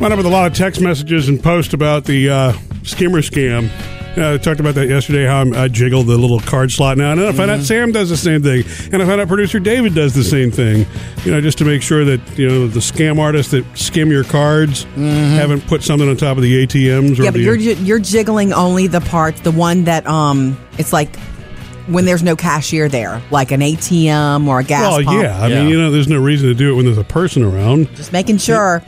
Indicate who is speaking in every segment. Speaker 1: wound up with a lot of text messages and posts about the uh, skimmer scam. Uh, I talked about that yesterday. How I'm, I jiggle the little card slot now, and then I found
Speaker 2: Mm-hmm.
Speaker 1: out Sam does the same thing, and I found out producer David does the same thing. You know, just to make sure that you know the scam artists that skim your cards haven't put something on top of the ATMs. Or
Speaker 2: Mm-hmm. Yeah, but
Speaker 1: the-
Speaker 2: you're ju- you're jiggling only the part, the one that um, it's like when there's no cashier there, like an ATM or a gas
Speaker 1: well,
Speaker 2: pump.
Speaker 1: yeah. I
Speaker 3: Yeah.
Speaker 1: mean, you know, there's no reason to do it when there's a person around.
Speaker 2: Just making sure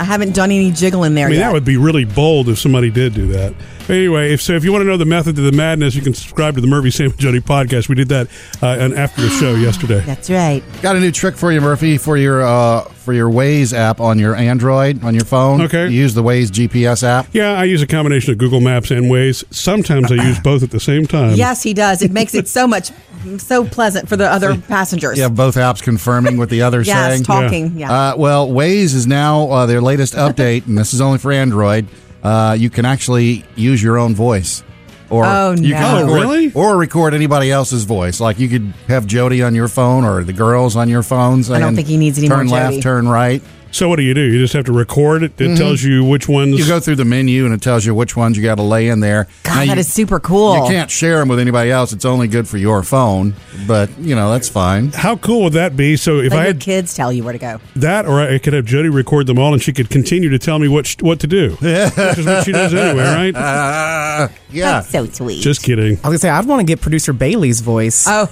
Speaker 2: I haven't done any jiggling there
Speaker 1: I mean,
Speaker 2: yet.
Speaker 1: that would be really bold if somebody did do that. But anyway, if, so if you want to know the method to the madness, you can subscribe to the Murphy Sam and Jody podcast. We did that uh, and after the show yesterday.
Speaker 2: That's right.
Speaker 4: Got a new trick for you, Murphy, for your uh, for your Waze app on your Android on your phone.
Speaker 1: Okay.
Speaker 4: You use the Waze GPS app.
Speaker 1: Yeah, I use a combination of Google Maps and Waze. Sometimes I use both at the same time.
Speaker 2: Yes, he does. It makes it so much so pleasant for the other passengers.
Speaker 4: You have both apps confirming what the other's
Speaker 2: yes,
Speaker 4: saying.
Speaker 2: talking. Yeah.
Speaker 4: Uh, well, Waze is now uh, their latest update, and this is only for Android. Uh, you can actually use your own voice, or
Speaker 2: Oh,
Speaker 4: you
Speaker 2: no. Oh,
Speaker 4: record,
Speaker 1: really?
Speaker 4: or record anybody else's voice. Like you could have Jody on your phone, or the girls on your phones.
Speaker 2: don't think he needs any more
Speaker 4: turn
Speaker 2: Jody.
Speaker 4: left, turn right.
Speaker 1: So what do you do? You just have to record it. It tells you which ones.
Speaker 4: You go through the menu, and it tells you which ones you got to lay in there.
Speaker 2: God,
Speaker 4: Now, you,
Speaker 2: that is super cool.
Speaker 4: You can't share them with anybody else. It's only good for your phone, but you know that's fine.
Speaker 1: How cool would that be? So if
Speaker 2: Let
Speaker 1: I
Speaker 2: your
Speaker 1: had
Speaker 2: kids tell you where to go.
Speaker 1: that, or I could have Jody record them all, and she could continue to tell me what sh- what to do, which is what she does anyway, right?
Speaker 4: Uh, yeah.
Speaker 2: That's so sweet.
Speaker 1: Just kidding.
Speaker 5: I was gonna say I'd want to get producer Bailey's voice.
Speaker 2: oh,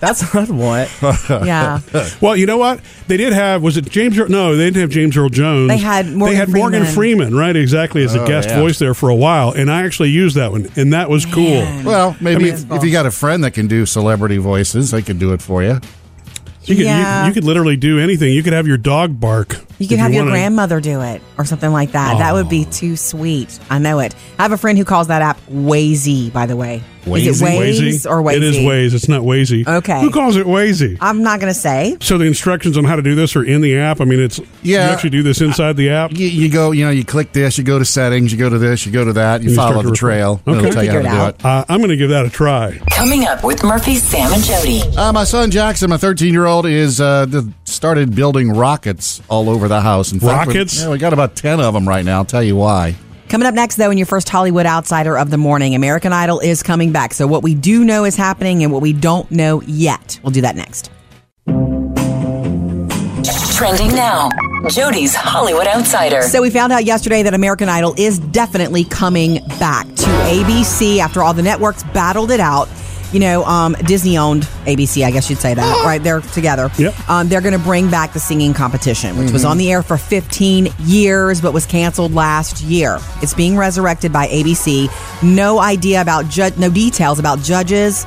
Speaker 5: That's what I'd want.
Speaker 2: yeah.
Speaker 1: Well, you know what? They did have was it James? Earl, no, they didn't have James Earl Jones.
Speaker 2: They had Morgan
Speaker 1: They had Morgan
Speaker 2: Freeman.
Speaker 1: Freeman, right? Exactly as a guest
Speaker 4: yeah.
Speaker 1: voice there for a while, and I actually used that one, and that was cool.
Speaker 4: Well, maybe if, if you got a friend that can do celebrity voices, they could do it for you.
Speaker 1: You could
Speaker 2: Yeah.
Speaker 1: you, you could literally do anything. You could have your dog bark.
Speaker 2: You
Speaker 1: if
Speaker 2: could have your
Speaker 1: wanted.
Speaker 2: grandmother do it or something like that. That would be too sweet. I know it. I have a friend who calls that app Wazy, by the way. Is it
Speaker 1: Wazy?
Speaker 2: Waze or Wazy?
Speaker 1: It is Waze. It's not Wazy.
Speaker 2: Okay.
Speaker 1: Who calls it Wazy?
Speaker 2: I'm not going to say.
Speaker 1: So the instructions on how to do this are in the app. I mean, it's
Speaker 4: Yeah.
Speaker 1: You actually do this inside the app.
Speaker 4: You, you go, you know, you click this, you go to settings, you go to this, you go to that, you,
Speaker 1: You start
Speaker 4: follow
Speaker 1: to
Speaker 4: the
Speaker 1: record.
Speaker 4: trail.
Speaker 1: Okay.
Speaker 4: It'll tell you how
Speaker 2: Figure
Speaker 4: to
Speaker 2: it
Speaker 4: do
Speaker 2: out.
Speaker 4: it.
Speaker 1: Uh, I'm going to give that a try.
Speaker 6: Coming up with Murphy, Sam, and Jody.
Speaker 4: Uh, my son Jackson, my 13 year old, is uh, th- started building rockets all over the house. In fact, we-
Speaker 1: Rockets?
Speaker 4: yeah, we got about 10 of them right now. I'll tell you why.
Speaker 2: Coming up next, though, in your first Hollywood Outsider of the morning, American Idol is coming back. So, what we do know is happening and what we don't know yet. We'll do that next.
Speaker 6: Trending now. Jody's Hollywood Outsider.
Speaker 2: So we found out yesterday that American Idol is definitely coming back to ABC after all the networks battled it out. You know, um, Disney owned ABC, I guess you'd say that, right? They're together.
Speaker 1: Yep.
Speaker 2: Um, they're going to bring back the singing competition, which was
Speaker 4: Mm-hmm.
Speaker 2: on the air for 15 years but was canceled last year. It's being resurrected by ABC. No idea about ju- no details about judges,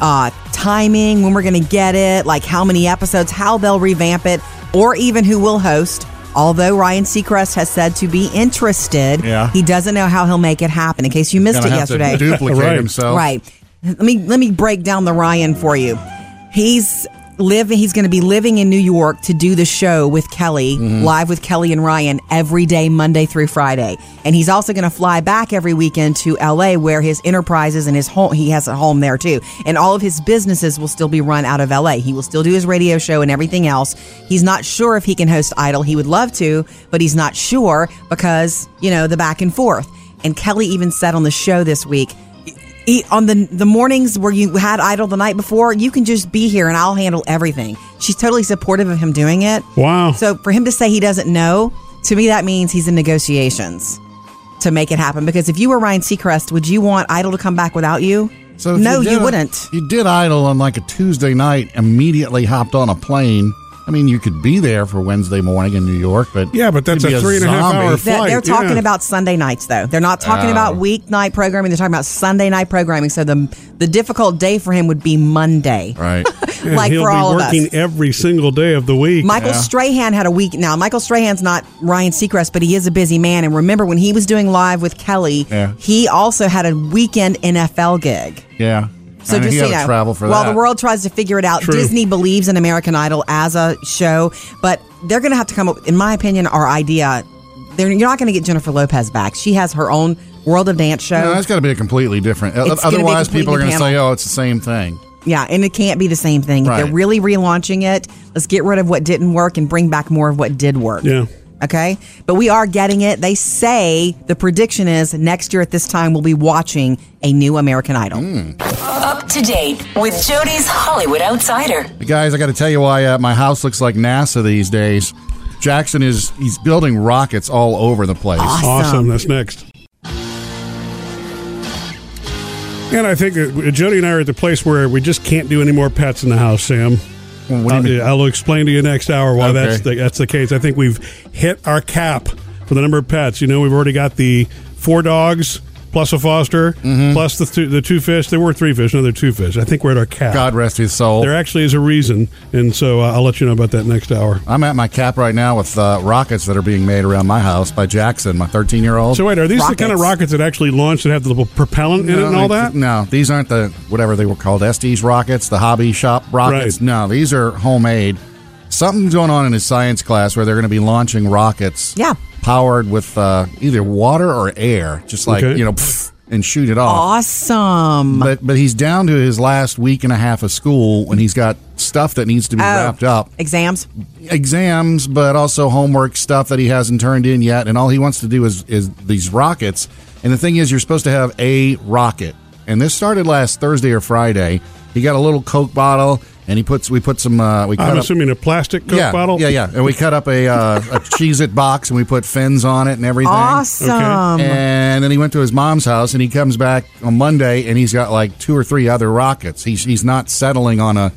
Speaker 2: uh, timing, when we're going to get it, like how many episodes, how they'll revamp it, or even who will host. Although Ryan Seacrest has said to be interested,
Speaker 4: Yeah.
Speaker 2: he doesn't know how he'll make it happen. In case you missed
Speaker 4: Gonna
Speaker 2: it
Speaker 4: have
Speaker 2: yesterday,
Speaker 4: to duplicate
Speaker 1: Right.
Speaker 4: himself.
Speaker 2: Right. Let me let me break down the Ryan for you. He's living. He's going to be living in New York to do the show with Kelly live with Kelly and Ryan every day, Monday through Friday, and he's also going to fly back every weekend to L.A. where his enterprises and his home. He has a home there too, and all of his businesses will still be run out of L.A. He will still do his radio show and everything else. He's not sure if he can host Idol. He would love to, but he's not sure because you know the back and forth. And Kelly even said on the show this week, eat on the the mornings where you had idle the night before you can just be here and i'll handle everything she's totally supportive of him doing it
Speaker 1: Wow.
Speaker 2: so for him to say he doesn't know to me that means he's in negotiations to make it happen because if you were ryan seacrest would you want idle to come back without you
Speaker 4: So if
Speaker 2: no you,
Speaker 4: did it-
Speaker 2: wouldn't
Speaker 4: You did idle on like a Tuesday night, immediately hopped on a plane. I mean, you could be there for Wednesday morning in New York, but
Speaker 1: Yeah, but that's
Speaker 4: you'd be
Speaker 1: a three and a half
Speaker 4: zombie.
Speaker 1: hour
Speaker 2: That-
Speaker 1: flight,
Speaker 2: they're talking
Speaker 1: yeah.
Speaker 2: about Sunday nights, though. They're not talking about weeknight programming. They're talking about Sunday night programming. So the the difficult day for him would be Monday,
Speaker 4: Right.
Speaker 1: And
Speaker 2: like
Speaker 1: he'll
Speaker 2: for
Speaker 1: be
Speaker 2: all of us.
Speaker 1: working every single day of the week.
Speaker 2: Michael Strahan had a week now. Michael Strahan's not Ryan Seacrest, but he is a busy man. And remember when he was doing live with Kelly,
Speaker 4: Yeah.
Speaker 2: he also had a weekend NFL gig.
Speaker 4: Yeah.
Speaker 2: So
Speaker 4: I mean,
Speaker 2: just
Speaker 4: he
Speaker 2: so you
Speaker 4: had to
Speaker 2: know,
Speaker 4: travel for
Speaker 2: while
Speaker 4: that.
Speaker 2: the world tries to figure it out,
Speaker 1: True.
Speaker 2: Disney believes in American Idol as a show, but they're going to have to come up, in my opinion, our idea. They're, you're not going to get Jennifer Lopez back. She has her own World of Dance show.
Speaker 4: No, that's got to be a completely different.
Speaker 2: It's gonna be a
Speaker 4: Otherwise, people are going
Speaker 2: completely
Speaker 4: to say, "Oh, it's the same thing."
Speaker 2: Yeah, and it can't be the same thing. If
Speaker 4: Right.
Speaker 2: they're really relaunching it, let's get rid of what didn't work and bring back more of what did work.
Speaker 1: Yeah.
Speaker 2: Okay. But we are getting it. They say the prediction is next year at this time, we'll be watching a new American Idol.
Speaker 4: Mm.
Speaker 6: Up to date with Jody's Hollywood Outsider.
Speaker 4: Guys, I got to tell you why uh, my house looks like NASA these days. Jackson is he's building rockets all over the place.
Speaker 1: Awesome. That's next. And I think that Jody and I are at the place where we just can't do any more pets in the house, Sam. Uh,
Speaker 4: What do you mean?
Speaker 1: I'll, I'll explain to you next hour why
Speaker 4: Okay.
Speaker 1: that's the, that's the case. I think we've hit our cap for the number of pets. You know, we've already got the four dogs plus a foster
Speaker 4: Mm-hmm.
Speaker 1: plus the two, the two fish. There were three fish, no, there are two fish. I think we're at our cap.
Speaker 4: God rest his soul.
Speaker 1: There actually is a reason, and so uh, I'll let you know about that next hour.
Speaker 4: I'm at my cap right now with uh, rockets that are being made around my house by Jackson, my 13 year old.
Speaker 1: So wait, are these the kind of rockets that actually launch that have the little propellant in it and all that?
Speaker 4: Uh, No, these aren't the whatever they were called, SD's rockets, the hobby shop rockets.
Speaker 1: Right.
Speaker 4: No, these are homemade. Something's going on in his science class where they're going to be launching rockets.
Speaker 2: Yeah.
Speaker 4: Powered with uh, either water or air, just like
Speaker 1: Okay.
Speaker 4: you know, pfft, and shoot it off.
Speaker 2: Awesome.
Speaker 4: But but he's down to his last week and a half of school, and he's got stuff that needs to be
Speaker 2: Oh,
Speaker 4: wrapped up,
Speaker 2: Exams.
Speaker 4: exams, but also homework stuff that he hasn't turned in yet, and all he wants to do is is these rockets. And the thing is, you're supposed to have a rocket, and this started last Thursday or Friday. He got a little Coke bottle, and he puts we put some uh, we cut
Speaker 1: I'm
Speaker 4: up,
Speaker 1: assuming a plastic Coke
Speaker 4: yeah,
Speaker 1: bottle.
Speaker 4: yeah, yeah, and we cut up a uh, a cheese it box, and we put fins on it and everything.
Speaker 2: Awesome.
Speaker 4: And then he went to his mom's house, and he comes back on Monday, and he's got like two or three other rockets. He's he's not settling on a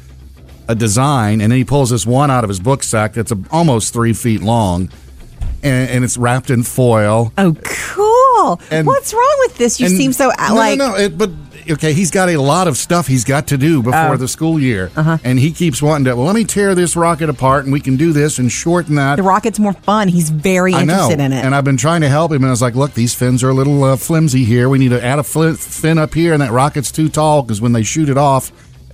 Speaker 4: a design, and then he pulls this one out of his book sack that's a, almost three feet long, and, and it's wrapped in foil.
Speaker 2: Oh, cool.
Speaker 4: And-
Speaker 2: What's wrong with this? You
Speaker 4: And-
Speaker 2: seem so uh,
Speaker 4: no,
Speaker 2: like.
Speaker 4: no, no. It, but okay, he's got a lot of stuff he's got to do before
Speaker 2: Oh.
Speaker 4: the school year,
Speaker 2: Uh-huh.
Speaker 4: and he keeps wanting to. Well, let me tear this rocket apart, and we can do this and shorten that.
Speaker 2: The rocket's more fun. He's very
Speaker 4: I know,
Speaker 2: interested in it.
Speaker 4: and I've been trying to help him, and I was like, "Look, these fins are a little uh, flimsy here. We need to add a fl- fin up here, and that rocket's too tall because when they shoot it off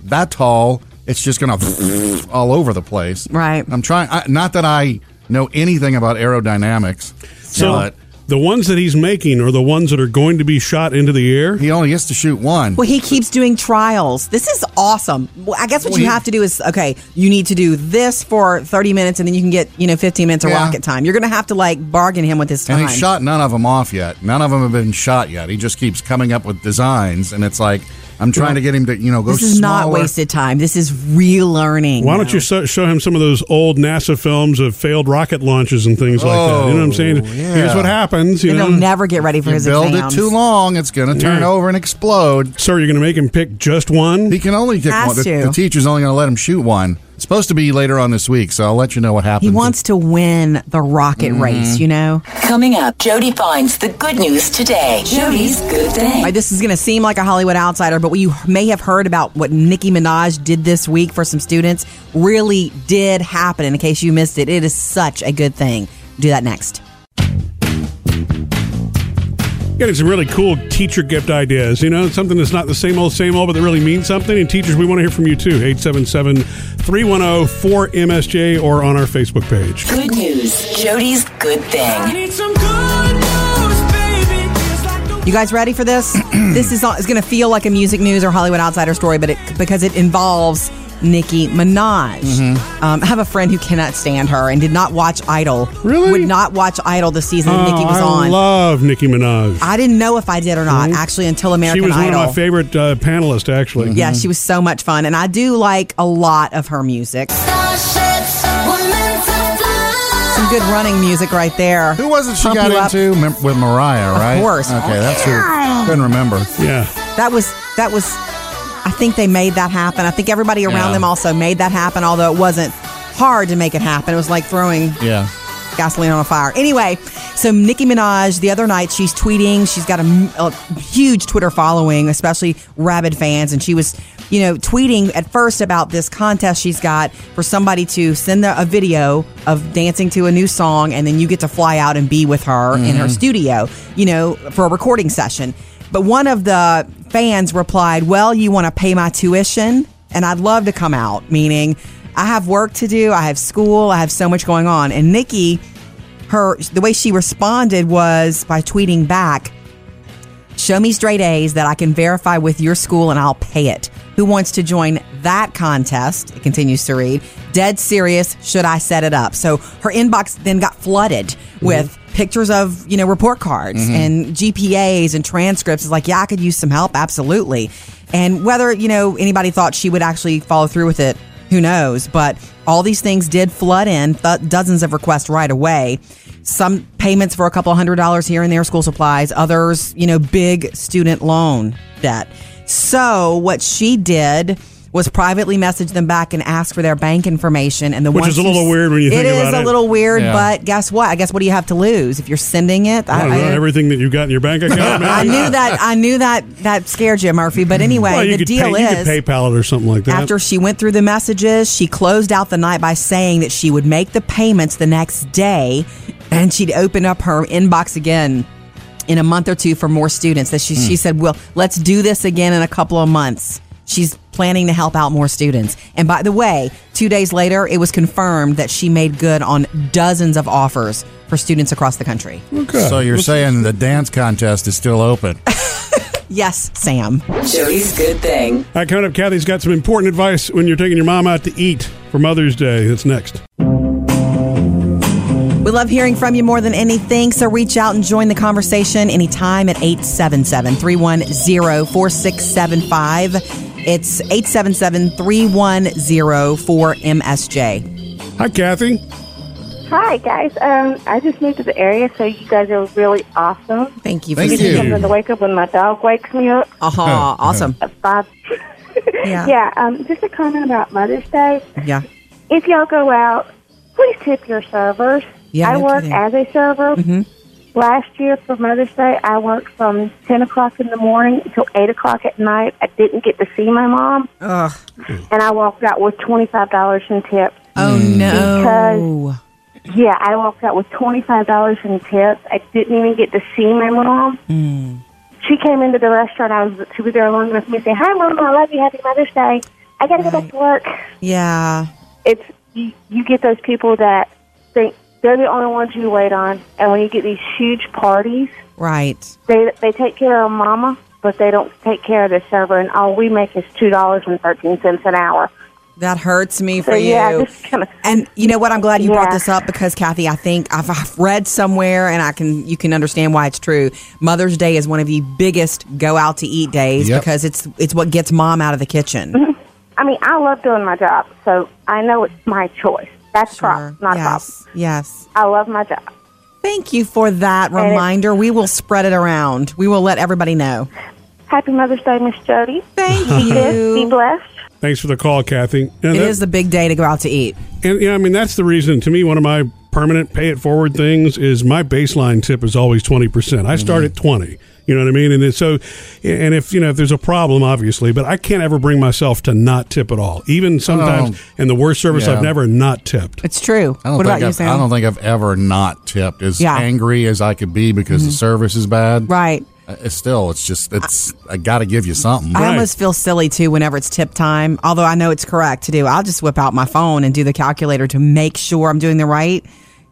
Speaker 4: that tall, it's just gonna all over the place."
Speaker 2: Right.
Speaker 4: I'm trying. I, not that I know anything about aerodynamics,
Speaker 1: So
Speaker 4: but
Speaker 1: the ones that he's making are the ones that are going to be shot into the air.
Speaker 4: he only gets to shoot one.
Speaker 2: well, he keeps doing trials. This is awesome. Well, I guess what
Speaker 4: Well,
Speaker 2: you
Speaker 4: he-
Speaker 2: have to do is okay, you need to do this for 30 minutes and then you can get, you know, 15 minutes of
Speaker 4: Yeah.
Speaker 2: rocket time. You're going to have to like bargain him with his time.
Speaker 4: and he shot none of them off yet. None of them have been shot yet. He just keeps coming up with designs, and it's like I'm trying to get him to you know go.
Speaker 2: this is not
Speaker 4: smaller.
Speaker 2: wasted time. This is real learning.
Speaker 1: Why don't you so- show him some of those old NASA films of failed rocket launches and things like that? You know what I'm saying?
Speaker 4: Oh, yeah.
Speaker 1: Here's what happens. You
Speaker 2: Then
Speaker 1: know,
Speaker 2: he'll never get ready for
Speaker 4: You
Speaker 2: his
Speaker 4: build it
Speaker 2: exams.
Speaker 4: too long, it's going to turn
Speaker 1: Yeah.
Speaker 4: over and explode.
Speaker 1: sir, you're going to make him pick just one.
Speaker 4: He can only pick
Speaker 2: Has
Speaker 4: one. The,
Speaker 2: to.
Speaker 4: the teacher's only going to let him shoot one. It's supposed to be later on this week, so I'll let you know what happens.
Speaker 2: He wants to win the rocket
Speaker 4: Mm-hmm.
Speaker 2: race, you know?
Speaker 6: Coming up, Jody finds the good news today. Jody's good
Speaker 2: All right,
Speaker 6: thing.
Speaker 2: this is going to seem like a Hollywood outsider, but what you may have heard about what Nicki Minaj did this week for some students really did happen. And in case you missed it, it is such a good thing. Do that next.
Speaker 1: Getting some really cool teacher gift ideas. You know, something that's not the same old, same old, but that really means something. And teachers, we want to hear from you too. 877 310 4MSJ or on our Facebook page.
Speaker 6: Good news. Jody's good thing.
Speaker 2: You guys ready for this? this is, not- is going to feel like a music news or Hollywood outsider story, but it because it involves Nicki Minaj.
Speaker 1: Mm-hmm.
Speaker 2: Um, I have a friend who cannot stand her and did not watch Idol.
Speaker 1: Really? Oh,
Speaker 2: Would not watch Idol the season that Nicki was
Speaker 1: I
Speaker 2: on.
Speaker 1: love Nicki Minaj.
Speaker 2: I didn't know if I did or not, actually, until American
Speaker 1: she was
Speaker 2: Idol. Mm-hmm.
Speaker 1: one of my favorite Mm-hmm. uh, panelists, actually.
Speaker 2: Yeah, she was so much fun. And I do like a lot of her music. Some good running music right there.
Speaker 4: Who was it she
Speaker 2: Pump
Speaker 4: got
Speaker 2: you up.
Speaker 4: into Mem- with Mariah? Right?
Speaker 2: course.
Speaker 4: Okay, that's who. Couldn't remember.
Speaker 1: Yeah.
Speaker 2: That was, that was, I think they made that happen. I think everybody around
Speaker 4: Yeah.
Speaker 2: them also made that happen, although it wasn't hard to make it happen. It was like throwing
Speaker 4: Yeah.
Speaker 2: gasoline on a fire. Anyway, so Nicki Minaj the other night she's tweeting. She's got a, m- a huge Twitter following, especially rabid fans, and she was, you know, tweeting at first about this contest she's got for somebody to send the, a video of dancing to a new song, and then you get to fly out and be with her in her studio, you know, for a recording session. But one of the fans replied, "Well, you want to pay my tuition?" and I'd love to come out, meaning I have work to do, I have school, I have so much going on. And Nikki, her the way she responded was by tweeting back, "Show me straight A's that I can verify with your school and I'll pay it. Who wants to join that contest, it continues to read, dead serious, should I set it up? So her inbox then got flooded with pictures of, you know, report cards and GPAs and transcripts. It's like, yeah, I could use some help, absolutely. And whether, you know, anybody thought she would actually follow through with it, who knows? But all these things did flood in, th- dozens of requests right away. Some payments for a couple hundred dollars here and there, school supplies, others, you know, big student loan debt. So what she did was privately message them back and ask for their bank information. And the
Speaker 1: Which
Speaker 2: ones
Speaker 1: is a
Speaker 2: who
Speaker 1: little
Speaker 2: s-
Speaker 1: weird when you think
Speaker 2: It
Speaker 1: about
Speaker 2: is
Speaker 1: it.
Speaker 2: a little weird,
Speaker 4: Yeah.
Speaker 2: but guess what? I guess what do you have to lose if you're sending it?
Speaker 1: I don't know, everything that you got in your bank account. man.
Speaker 2: I knew that. I knew that. That scared you, Murphy. But anyway,
Speaker 1: Well, you
Speaker 2: the
Speaker 1: could
Speaker 2: deal
Speaker 1: pay,
Speaker 2: is
Speaker 1: you could PayPal it or something like that.
Speaker 2: after she went through the messages, she closed out the night by saying that she would make the payments the next day and she'd open up her inbox again in a month or two for more students. That she, she said, Well, let's do this again in a couple of months. She's planning to help out more students. And by the way, two days later, it was confirmed that she made good on dozens of offers for students across the country.
Speaker 1: Okay.
Speaker 4: So you're saying the dance contest is still open?
Speaker 2: Yes, Sam.
Speaker 6: Jody's good thing.
Speaker 1: All right, coming up, Kathy's got some important advice when you're taking your mom out to eat for Mother's Day. That's next.
Speaker 2: We love hearing from you more than anything, so reach out and join the conversation anytime at 877 310 4675. It's 877 310 4MSJ.
Speaker 1: Hi, Kathy.
Speaker 3: Hi guys, um, I just moved to the area, so you guys are really awesome.
Speaker 2: Thank you for
Speaker 4: Thank
Speaker 3: It's
Speaker 4: you.
Speaker 3: just something to wake up when my dog wakes me up
Speaker 2: Aha, awesome.
Speaker 3: at five.
Speaker 2: Yeah.
Speaker 3: yeah. Um, just a comment about Mother's Day.
Speaker 2: Yeah.
Speaker 3: If y'all go out, please tip your servers.
Speaker 2: Yeah, Mm-hmm.
Speaker 3: I
Speaker 2: no
Speaker 3: work
Speaker 2: kidding.
Speaker 3: as a server. Last year for Mother's Day, I worked from ten o'clock in the morning until eight o'clock at night. I didn't get to see my mom,
Speaker 2: Ugh.
Speaker 3: and I walked out with twenty five dollars in tips.
Speaker 2: Oh, no.
Speaker 3: Yeah, I walked out with twenty five dollars in tips. I didn't even get to see my mom. She came into the restaurant. I was she was there along with me. Say hi, mom. I love you. Happy Mother's Day. I got to go back to work.
Speaker 2: Yeah.
Speaker 3: It's you, you get those people that think they're the only ones you wait on, and when you get these huge parties,
Speaker 2: Right.
Speaker 3: they they take care of mama, but they don't take care of the server, and all we make is two dollars and thirteen cents an hour.
Speaker 2: That hurts me for
Speaker 3: So yeah,
Speaker 2: you.
Speaker 3: just kinda-
Speaker 2: and you know what? I'm glad you brought
Speaker 3: Yeah.
Speaker 2: this up because Kathy, I think I've, I've read somewhere, and I can you can understand why it's true. Mother's Day is one of the biggest go out to eat days
Speaker 4: Yep.
Speaker 2: because it's it's what gets mom out of the kitchen.
Speaker 3: Mm-hmm. I mean, I love doing my job, so I know it's my choice. That's props, not props.
Speaker 2: yes, yes.
Speaker 3: I love my job.
Speaker 2: Thank you for that
Speaker 3: it-
Speaker 2: reminder. We will spread it around. We will let everybody know.
Speaker 3: Happy Mother's Day, Miss Jody.
Speaker 2: Thank
Speaker 3: Be
Speaker 2: you.
Speaker 3: blessed.
Speaker 1: Thanks for the call, Kathy. And
Speaker 2: It
Speaker 1: that-
Speaker 2: is the big day to go out to eat.
Speaker 1: And yeah, I mean that's the reason to me one of my permanent pay it forward things is my baseline tip is always 20%. I start at 20. You know what I mean? And then so and if you know if there's a problem obviously, but I can't ever bring myself to not tip at all. Even sometimes in the worst service
Speaker 4: yeah.
Speaker 1: I've never not tipped.
Speaker 2: It's true.
Speaker 4: I don't
Speaker 2: What
Speaker 4: think
Speaker 2: about you,
Speaker 4: I've,
Speaker 2: Sam?
Speaker 4: I don't think I've ever not tipped. As
Speaker 2: Yeah. Mm-hmm.
Speaker 4: angry as I could be because the service is bad,
Speaker 2: right.
Speaker 4: uh, It's still, it's just, it's. I got to give you something.
Speaker 2: I
Speaker 1: Right.
Speaker 2: almost feel silly too whenever it's tip time, although I know it's correct to do. I'll just whip out my phone and do the calculator to make sure I'm doing the right,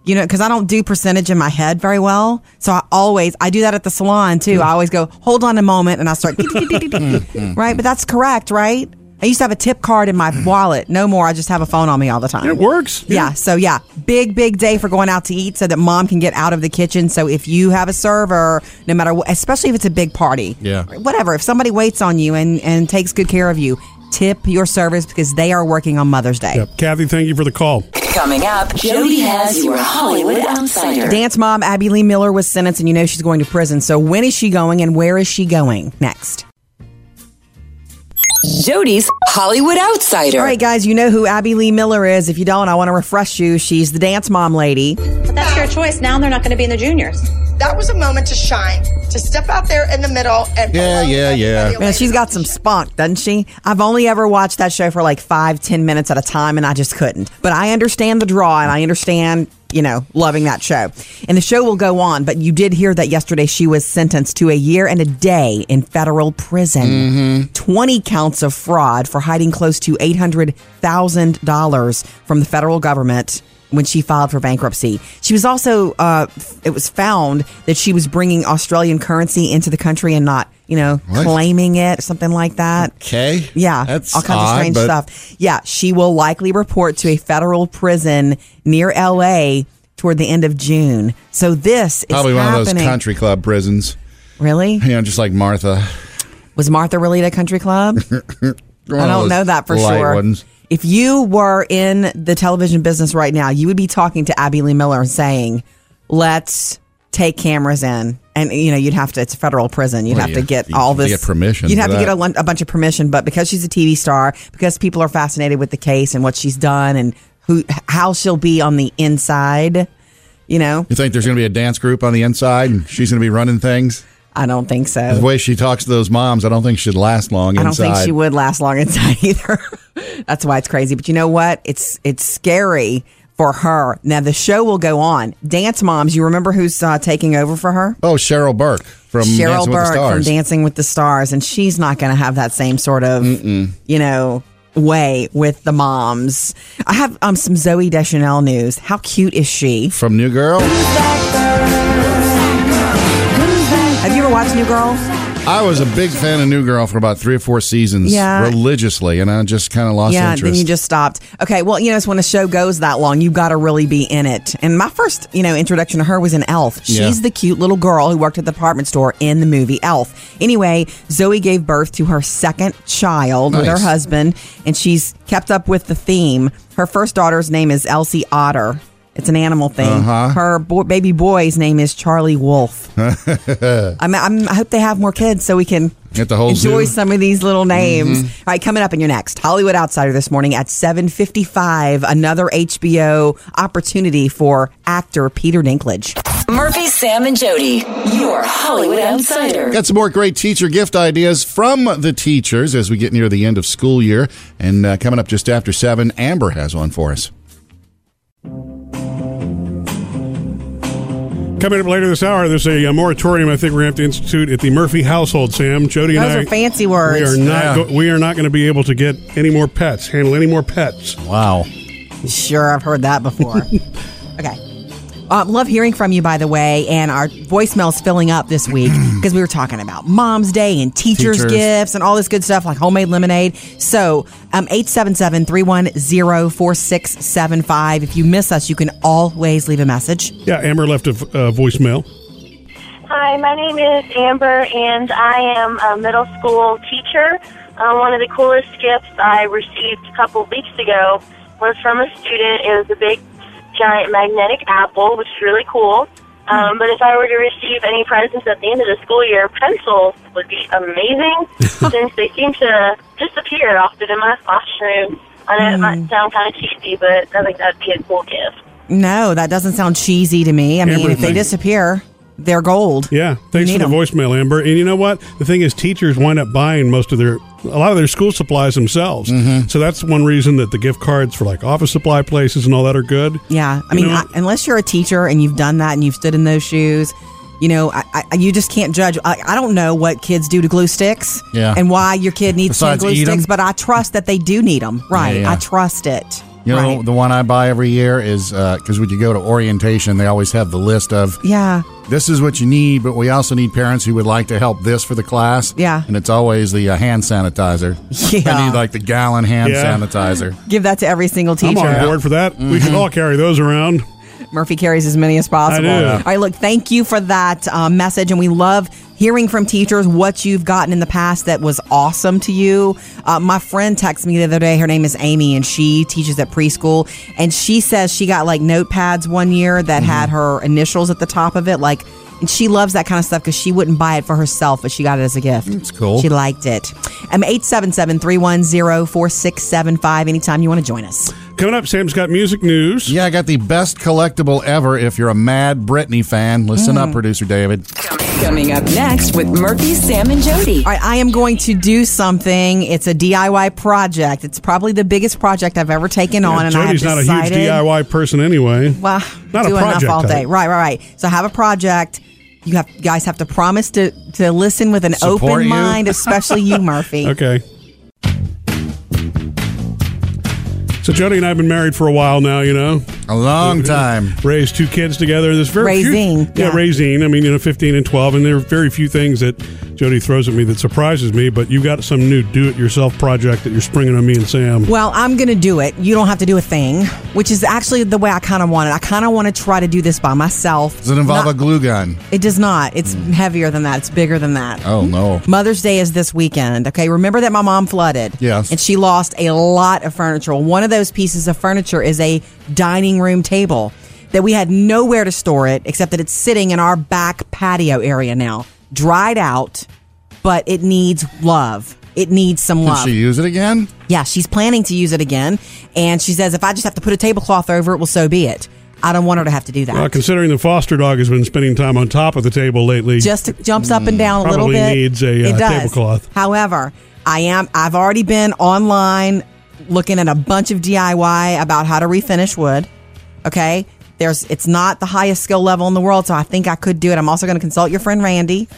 Speaker 2: you know, because I don't do percentage in my head very well. So I always, I do that at the salon too. I always go, hold on a moment, and I start,
Speaker 1: Mm,
Speaker 2: right? But that's correct, right? I used to have a tip card in my wallet. No more. I just have a phone on me all the time.
Speaker 1: It works.
Speaker 2: Yeah. So yeah, big big day for going out to eat, so that mom can get out of the kitchen. So if you have a server, no matter what, especially if it's a big party,
Speaker 4: Yeah.
Speaker 2: whatever. If somebody waits on you and and takes good care of you, tip your servers because they are working on Mother's Day.
Speaker 1: Yep. Kathy, thank you for the call.
Speaker 6: Coming up, Jody has your Hollywood Outsider.
Speaker 2: Dance mom Abby Lee Miller was sentenced, and you know she's going to prison. So when is she going, and where is she going next?
Speaker 6: Jody's Hollywood Outsider.
Speaker 2: All right, guys, you know who Abby Lee Miller is. If you don't, I want to refresh you. She's the dance mom lady.
Speaker 7: That's your choice. Now they're not going to be in the juniors.
Speaker 8: that was a moment to shine, to step out there in the middle and
Speaker 4: Yeah, yeah, yeah.
Speaker 2: Man, she's got some spunk, doesn't she? I've only ever watched that show for like five, ten minutes at a time, and I just couldn't. But I understand the draw, and I understand, you know, loving that show. And the show will go on, but you did hear that yesterday she was sentenced to a year and a day in federal prison. 20 counts of fraud for hiding close to $800,000 from the federal government when she filed for bankruptcy. She was also, uh, f- it was found that she was bringing Australian currency into the country and not you know,
Speaker 9: What?
Speaker 2: claiming it, something like that.
Speaker 9: Okay.
Speaker 2: Yeah,
Speaker 9: That's
Speaker 2: all kinds
Speaker 9: odd,
Speaker 2: of strange
Speaker 9: but-
Speaker 2: stuff. Yeah, she will likely report to a federal prison near L.A. toward the end of June. So this
Speaker 9: Probably
Speaker 2: is
Speaker 9: one
Speaker 2: happening.
Speaker 9: of those country club prisons.
Speaker 2: Really?
Speaker 9: You know, just like Martha.
Speaker 2: Was Martha really at a country club?
Speaker 9: One
Speaker 2: I
Speaker 9: of
Speaker 2: don't
Speaker 9: those
Speaker 2: know that for
Speaker 9: Oh, light
Speaker 2: sure.
Speaker 9: ones.
Speaker 2: If you were in the television business right now, you would be talking to Abby Lee Miller and saying, "Let's take cameras in." And you know, you'd have to. It's a federal prison. You'd
Speaker 9: Well,
Speaker 2: have to
Speaker 9: yeah,
Speaker 2: get
Speaker 9: you
Speaker 2: all
Speaker 9: have to
Speaker 2: this
Speaker 9: get permission
Speaker 2: You'd
Speaker 9: for
Speaker 2: have to
Speaker 9: that.
Speaker 2: get a, lun- a bunch of permission. But because she's a TV star, because people are fascinated with the case and what she's done and who how she'll be on the inside, you know,
Speaker 9: You think there's going to be a dance group on the inside and she's going to be running things?
Speaker 2: I don't think so.
Speaker 9: The way she talks to those moms, I don't think she'd last long
Speaker 2: I don't
Speaker 9: inside.
Speaker 2: think she would last long inside either. That's why it's crazy. But you know what? It's it's scary for her. Now the show will go on. Dance Moms. You remember who's uh, taking over for her?
Speaker 9: Oh, Cheryl Burke from
Speaker 2: Cheryl
Speaker 9: Um, Dancing with the
Speaker 2: Burke from
Speaker 9: Stars.
Speaker 2: Dancing with the Stars, and she's not going to have that same sort of you know way with the moms. I have um some Zoe Deschanel news. How cute is she?
Speaker 9: from New Girl.
Speaker 2: Have you ever watched New Girl?
Speaker 9: I was a big fan of New Girl for about three or four seasons
Speaker 2: Yeah.
Speaker 9: religiously, and I just kind of lost
Speaker 2: yeah,
Speaker 9: interest.
Speaker 2: then you just stopped. Okay, well, you know, it's when a show goes that long, you got to really be in it. And my first, you know, introduction to her was in Elf. She's
Speaker 9: Yeah.
Speaker 2: the cute little girl who worked at the department store in the movie Elf. Anyway, Zoe gave birth to her second child with her
Speaker 9: Nice.
Speaker 2: husband, and she's kept up with the theme. Her first daughter's name is Elsie Otter. It's an animal thing.
Speaker 9: Uh-huh.
Speaker 2: Her bo- baby boy's name is Charlie Wolf. I'm, I'm, I hope they have more kids so we can
Speaker 9: Get the whole
Speaker 2: enjoy
Speaker 9: zoo. Mm-hmm.
Speaker 2: some of these little names. All right, coming up in your next Hollywood Outsider this morning at 7:55, another HBO opportunity for actor Peter Dinklage.
Speaker 6: Murphy, Sam, and Jody, your Hollywood Outsider.
Speaker 9: Got some more great teacher gift ideas from the teachers as we get near the end of school year. And uh, coming up just after 7, Amber has one for us.
Speaker 1: Coming up later this hour, there's a, uh moratorium I think we're going to have to institute at the Murphy household, Sam. Jody and
Speaker 2: Those
Speaker 1: I.
Speaker 2: are fancy
Speaker 1: we
Speaker 2: words.
Speaker 1: are
Speaker 9: Yeah.
Speaker 1: not. Go- we are not going to be able to get any more pets. Handle any more pets.
Speaker 9: Wow.
Speaker 2: Sure, I've heard that before. okay. Um, love hearing from you, by the way, and our voicemail's filling up this week because we were talking about Mom's Day and teachers',
Speaker 9: Teachers.
Speaker 2: gifts and all this good stuff like homemade lemonade. So, um, 877-310-4675. If you miss us, you can always leave a message.
Speaker 1: Yeah, Amber left a v- uh, voicemail.
Speaker 3: Hi, my name is Amber, and I am a middle school teacher. Uh, one of the coolest gifts I received a couple weeks ago was from a student. It was a big, giant magnetic apple, which is really cool. Um, but if I were to receive any presents at the end of the school year, pencils would be amazing since they seem to disappear often in my classroom. I know it might sound kind of cheesy, but I think that'd be a cool gift.
Speaker 2: No, that doesn't sound cheesy to me. I mean,
Speaker 1: Amber,
Speaker 2: if they
Speaker 1: thank-
Speaker 2: disappear, they're gold.
Speaker 1: Yeah, thanks
Speaker 2: need
Speaker 1: for the
Speaker 2: 'em.
Speaker 1: voicemail, Amber. And you know what? The thing is, teachers wind up buying most of their a lot of their school supplies themselves.
Speaker 2: Mm-hmm.
Speaker 1: So that's one reason that the gift cards for like office supply places and all that are good.
Speaker 2: Yeah, I
Speaker 1: You
Speaker 2: mean,
Speaker 1: know-
Speaker 2: I, unless you're a teacher and you've done that and you've stood in those shoes, you know, I, I, you just can't judge. I, I don't know what kids do to glue sticks,
Speaker 9: Yeah.
Speaker 2: and why your kid needs ten
Speaker 4: Besides
Speaker 2: glue
Speaker 4: eat 'em?
Speaker 2: sticks, but I trust that they do need them. Right,
Speaker 9: yeah.
Speaker 2: I trust it.
Speaker 4: You know,
Speaker 2: right.
Speaker 4: the one I buy every year is because when you go to orientation, they always have the list of
Speaker 2: yeah,
Speaker 4: this is what you need, but we also need parents who would like to help this for the class.
Speaker 2: Yeah.
Speaker 4: And it's always the uh, hand sanitizer.
Speaker 2: Yeah.
Speaker 4: I need like the gallon hand
Speaker 1: Yeah.
Speaker 4: sanitizer.
Speaker 2: give that to every single
Speaker 1: I'm
Speaker 2: teacher.
Speaker 1: on board for that. We
Speaker 2: Mm-hmm.
Speaker 1: can all carry those around.
Speaker 2: Murphy carries as many as possible.
Speaker 1: I do.
Speaker 2: All right, look, thank you for that um, message, and we love hearing from teachers what you've gotten in the past that was awesome to you. Uh, my friend texted me the other day. Her name is Amy, and she teaches at preschool, and she says she got like notepads one year that had
Speaker 1: Mm-hmm.
Speaker 2: her initials at the top of it, like. And she loves that kind of stuff because she wouldn't buy it for herself, but she got it as a gift. It's
Speaker 4: cool.
Speaker 2: She liked it. Um, 877-310-4675 anytime you want to join us.
Speaker 1: Coming up, Sam's got music news.
Speaker 4: Yeah, I got the best collectible ever if you're a mad Britney fan. Listen
Speaker 2: Mm.
Speaker 4: up, producer David.
Speaker 6: Coming up next with Murphy, Sam, and Jody.
Speaker 2: All right, I am going to do something. It's a DIY project. It's probably the biggest project I've ever taken on, and
Speaker 1: Jody's
Speaker 2: I have
Speaker 1: not a
Speaker 2: decided.
Speaker 1: huge DIY person anyway.
Speaker 2: Well,
Speaker 1: Not a
Speaker 2: do enough
Speaker 1: project
Speaker 2: all day.
Speaker 1: type.
Speaker 2: Right, right, right. So I have a project. You have you guys have to promise to to listen with an
Speaker 4: Support
Speaker 2: open
Speaker 4: you?
Speaker 2: mind, especially you, Murphy.
Speaker 1: Okay. So Jody and I have been married for a while now, you know.
Speaker 4: A long time.
Speaker 1: raised two kids together. There's very
Speaker 2: Raising,
Speaker 1: few, yeah,
Speaker 2: yeah.
Speaker 1: raising. I mean, you know, 15 and 12, and there are very few things that Jody throws at me that surprises me. But you got some new do-it-yourself project that you're springing on me and Sam.
Speaker 2: Well, I'm going to do it. You don't have to do a thing, which is actually the way I kind of want it. I kind of want to try to do this by myself.
Speaker 4: Does it involve
Speaker 2: Not-
Speaker 4: a glue gun?
Speaker 2: It does not. It's heavier than that. It's bigger than that.
Speaker 4: Oh no.
Speaker 2: Mother's Day is this weekend. Okay, remember that my mom flooded.
Speaker 4: Yes.
Speaker 2: And she lost a lot of furniture. One of those pieces of furniture is a dining room table that we had nowhere to store it except that it's sitting in our back patio area now, dried out, but it needs love. It needs some
Speaker 4: Can
Speaker 2: love.
Speaker 4: she use it again?
Speaker 2: Yeah, she's planning to use it again. And she says, if I just have to put a tablecloth over it, well, so be it. I don't want her to have to do that.
Speaker 1: Uh, considering the foster dog has been spending time on top of the table lately,
Speaker 2: just jumps up and down a little
Speaker 1: Hmm. Probably
Speaker 2: bit.
Speaker 1: needs a,
Speaker 2: It
Speaker 1: uh,
Speaker 2: does.
Speaker 1: tablecloth.
Speaker 2: However, I am. I've already been online looking at a bunch of DIY about how to refinish wood. Okay, there's. It's not the highest skill level in the world, so I think I could do it. I'm also going to consult your friend Randy,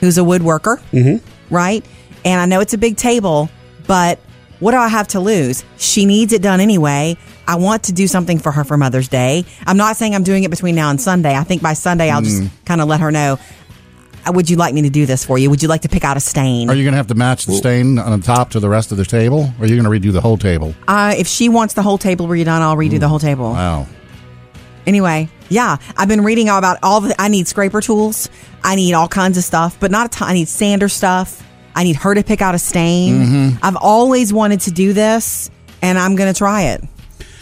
Speaker 2: who's a woodworker, mm-hmm. right? And I know it's a big table, but what do I have to lose? She needs it done anyway. I want to do something for her for Mother's Day. I'm not saying I'm doing it between now and Sunday. I think by Sunday I'll
Speaker 4: Mm.
Speaker 2: just kind of let her know uh, would you like me to do this for you? Would you like to pick out a stain?
Speaker 4: Are you going to have to match the stain on the top to the rest of the table? Or are you going to redo the whole table?
Speaker 2: uh, if she wants the whole table redone, I'll
Speaker 4: Mm.
Speaker 2: redo the whole table.
Speaker 4: Wow.
Speaker 2: Anyway, yeah, I've been reading all about all the. I need scraper tools. I need all kinds of stuff, but not a ton. I need sander stuff. I need her to pick out a stain.
Speaker 1: Mm-hmm.
Speaker 2: I've always wanted to do this, and I'm going to try it.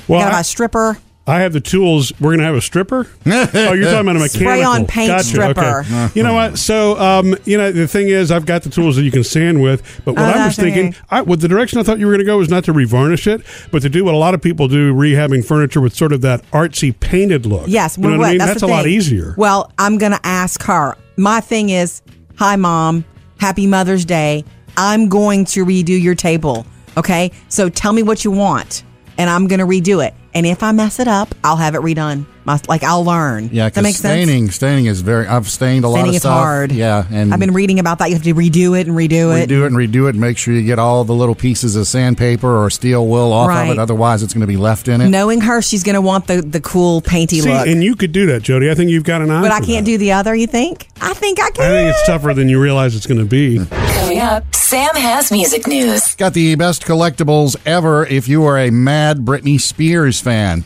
Speaker 1: well,
Speaker 2: Got to buy
Speaker 1: I,
Speaker 2: a stripper.
Speaker 1: I have the tools. We're going to have a stripper. oh, you're talking about a mechanical
Speaker 2: Spray-on paint
Speaker 1: Gotcha,
Speaker 2: stripper.
Speaker 1: okay. You know what? So, um, you know, the thing is, I've got the tools that you can sand with. But what
Speaker 2: Oh,
Speaker 1: I was
Speaker 2: that's okay.
Speaker 1: thinking, I, what the direction I thought you were going to go was not to revarnish it, but to do what a lot of people do, rehabbing furniture with sort of that artsy painted look.
Speaker 2: Yes,
Speaker 1: you know
Speaker 2: well,
Speaker 1: what I mean.
Speaker 2: That's,
Speaker 1: That's,
Speaker 2: the
Speaker 1: a lot
Speaker 2: thing.
Speaker 1: easier.
Speaker 2: Well, I'm going to ask her. My thing is, hi mom, happy Mother's Day. I'm going to redo your table. Okay, so tell me what you want, and I'm going to redo it. And if I mess it up, I'll have it redone. My, like I'll learn.
Speaker 4: Yeah,
Speaker 2: Does that
Speaker 4: because
Speaker 2: makes sense.
Speaker 4: staining, staining is very. I've stained a lot
Speaker 2: Staining
Speaker 4: of
Speaker 2: is
Speaker 4: stuff.
Speaker 2: hard.
Speaker 4: Yeah, and
Speaker 2: I've been reading about that. You have to redo it and redo it.
Speaker 4: redo it and redo it and make sure you get all the little pieces of sandpaper or steel wool off
Speaker 2: Right.
Speaker 4: of it. Otherwise, it's going to be left in it.
Speaker 2: Knowing her, she's going to want the the cool painty
Speaker 1: See,
Speaker 2: look.
Speaker 1: and you could do that, Jody. I think you've got an eye.
Speaker 2: but I
Speaker 1: for
Speaker 2: can't
Speaker 1: that.
Speaker 2: do the other. You think? I think I can.
Speaker 1: I think it's tougher than you realize it's going to be.
Speaker 6: Coming up, Sam has music news.
Speaker 4: Got the best collectibles ever. If you are a mad Britney Spears fan,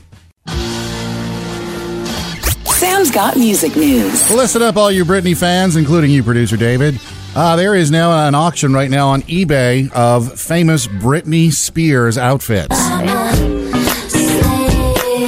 Speaker 6: Sam's got music news.
Speaker 4: listen up, all you Britney fans, including you, producer David. Uh, there is now an auction right now on eBay of famous Britney Spears outfits.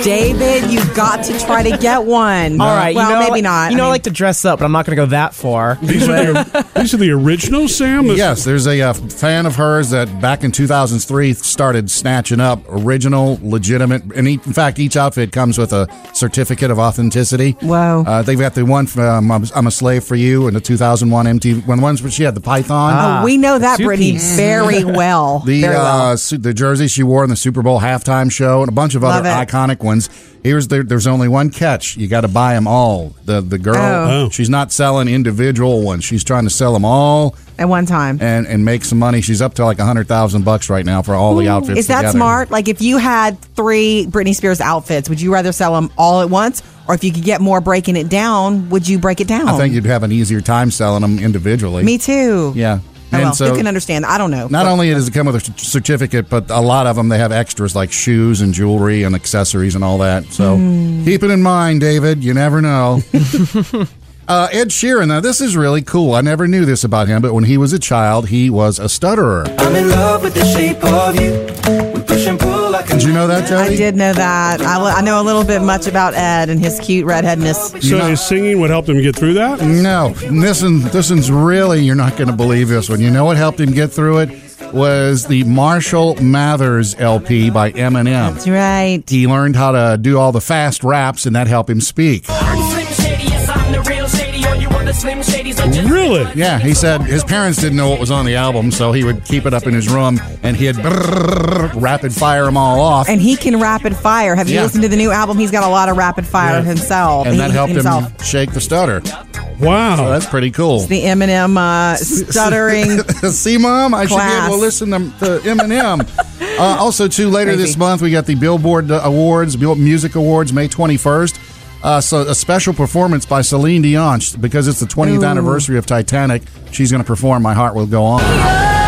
Speaker 2: David, you've got to try to get one.
Speaker 5: All right.
Speaker 2: Well,
Speaker 5: you know,
Speaker 2: maybe not.
Speaker 5: You know, I,
Speaker 2: I mean-
Speaker 5: like to dress up, but I'm not going to go that far.
Speaker 1: These are the, these are the original, Sam? This-
Speaker 4: Yes, there's a, uh fan of hers that back in 2003 started snatching up original, legitimate, and e in fact, each outfit comes with a certificate of authenticity.
Speaker 2: Wow.
Speaker 4: Uh, they've got the one from um, "I'm a Slave for You" and the 2001 MTV. One ones where she had the python.
Speaker 5: uh,
Speaker 2: Oh, we know that,
Speaker 5: two
Speaker 2: Brittany,
Speaker 5: piece.
Speaker 2: very well.
Speaker 4: The
Speaker 2: very well.
Speaker 4: uh, su- the jersey she wore in the Super Bowl halftime show and a bunch of
Speaker 2: Love
Speaker 4: other
Speaker 2: it.
Speaker 4: iconic ones. Here's the, there's only one catch. You got to buy them all. The the girl
Speaker 2: Oh.
Speaker 1: Oh.
Speaker 4: she's not selling individual ones. She's trying to sell them all
Speaker 2: At one time.
Speaker 4: and and make some money. She's up to like a hundred thousand bucks right now for all the outfits.
Speaker 2: Is that
Speaker 4: together.
Speaker 2: smart? Like, if you had three Britney Spears outfits, would you rather sell them all at once? Or if you could get more breaking it down, would you break it down?
Speaker 4: I think you'd have an easier time selling them individually.
Speaker 2: Oh. Me too.
Speaker 4: Yeah.
Speaker 2: Oh,
Speaker 4: And
Speaker 2: well,
Speaker 4: so-
Speaker 2: who can understand? I don't know.
Speaker 4: Not only does it come with a cer- certificate, but a lot of them they have extras like shoes and jewelry and accessories and all that. So
Speaker 2: Hmm.
Speaker 4: keep it in mind, David. You never know. uh, Ed Sheeran. Now this is really cool. I never knew this about him, but when he was a child, he was a stutterer.
Speaker 10: I'm in love with the shape of you. We push and pull like a
Speaker 4: Did you know that, Jody?
Speaker 2: I did know that. I, li- I know a little bit much about Ed and his cute redheadedness.
Speaker 1: So his singing would help them get through that?
Speaker 4: No, listen, this one's really, you're not going to believe this one. You know what helped him get through it? Was the Marshall Mathers LP by Eminem.
Speaker 2: That's right.
Speaker 4: He learned how to do all the fast raps, and that helped him speak.
Speaker 10: Slim Shady, yes, I'm the real Shady. All you other Slim Shadys are just
Speaker 1: Really?
Speaker 4: Yeah, he said his parents didn't know what was on the album, so he would keep it up in his room and he'd brrrr, rapid fire them all off.
Speaker 2: And he can rapid fire. Have you
Speaker 4: Yeah.
Speaker 2: listened to the new album? He's got a lot of rapid fire
Speaker 1: Yeah.
Speaker 2: himself.
Speaker 4: And that
Speaker 2: He-
Speaker 4: helped
Speaker 2: himself.
Speaker 4: him shake the stutter.
Speaker 1: Wow.
Speaker 4: So that's pretty cool.
Speaker 2: The Eminem uh, stuttering
Speaker 4: See, Mom, I should be
Speaker 2: Class.
Speaker 4: able to listen to, to Eminem. Uh, also, too, later
Speaker 2: Crazy.
Speaker 4: this month, we got the Billboard uh, Awards, Bill- Music Awards, May 21st. Uh, so a special performance by Celine Dion Sh- because it's the 20th
Speaker 2: Ooh.
Speaker 4: anniversary of Titanic. She's going to perform "My Heart Will Go On."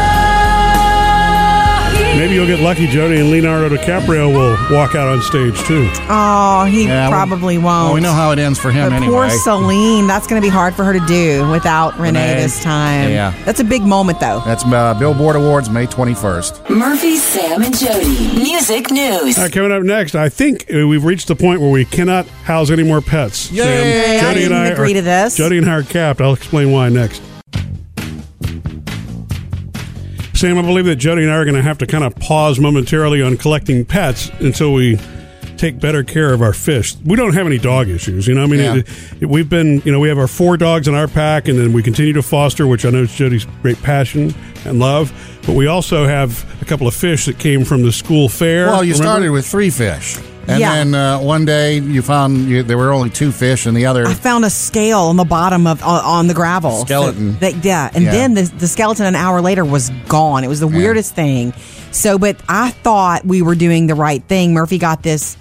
Speaker 1: Maybe you'll get lucky, Jody, and Leonardo DiCaprio will walk out on stage too.
Speaker 2: Oh, he
Speaker 4: Yeah, we-
Speaker 2: probably won't.
Speaker 4: Well, we know how it ends for him
Speaker 2: But
Speaker 4: anyway.
Speaker 2: poor Celine, that's going to be hard for her to do without Renee,
Speaker 4: Renee.
Speaker 2: this time.
Speaker 4: Yeah.
Speaker 2: That's a big moment, though.
Speaker 4: That's uh, Billboard Awards, May 21st.
Speaker 6: Murphy, Sam, and Jody. Music news.
Speaker 1: All right, coming up next, I think uh, we've reached the point where we cannot house any more pets. Sam.
Speaker 4: Yay!
Speaker 2: I didn't agree
Speaker 1: are,
Speaker 2: to this.
Speaker 1: Jody and I are capped. I'll explain why next. Sam, I believe that Jody and I are going to have to kind of pause momentarily on collecting pets until we take better care of our fish. We don't have any dog issues, you know. I mean,
Speaker 4: Yeah.
Speaker 1: it, it- we've been, you know, we have our four dogs in our pack, and then we continue to foster, which I know is Jody's great passion and love. But we also have a couple of fish that came from the school fair.
Speaker 4: Well, you
Speaker 1: Remember?
Speaker 4: started with three fish, and
Speaker 2: Yeah.
Speaker 4: then uh, one day you found you, there were only two fish, and the other.
Speaker 2: I found a scale on the bottom of on, on the gravel.
Speaker 4: Skeleton.
Speaker 2: So that, yeah, and
Speaker 4: Yeah.
Speaker 2: then the, the skeleton an hour later was gone. It was the weirdest thing. So, but I thought we were doing the right thing. Murphy got this.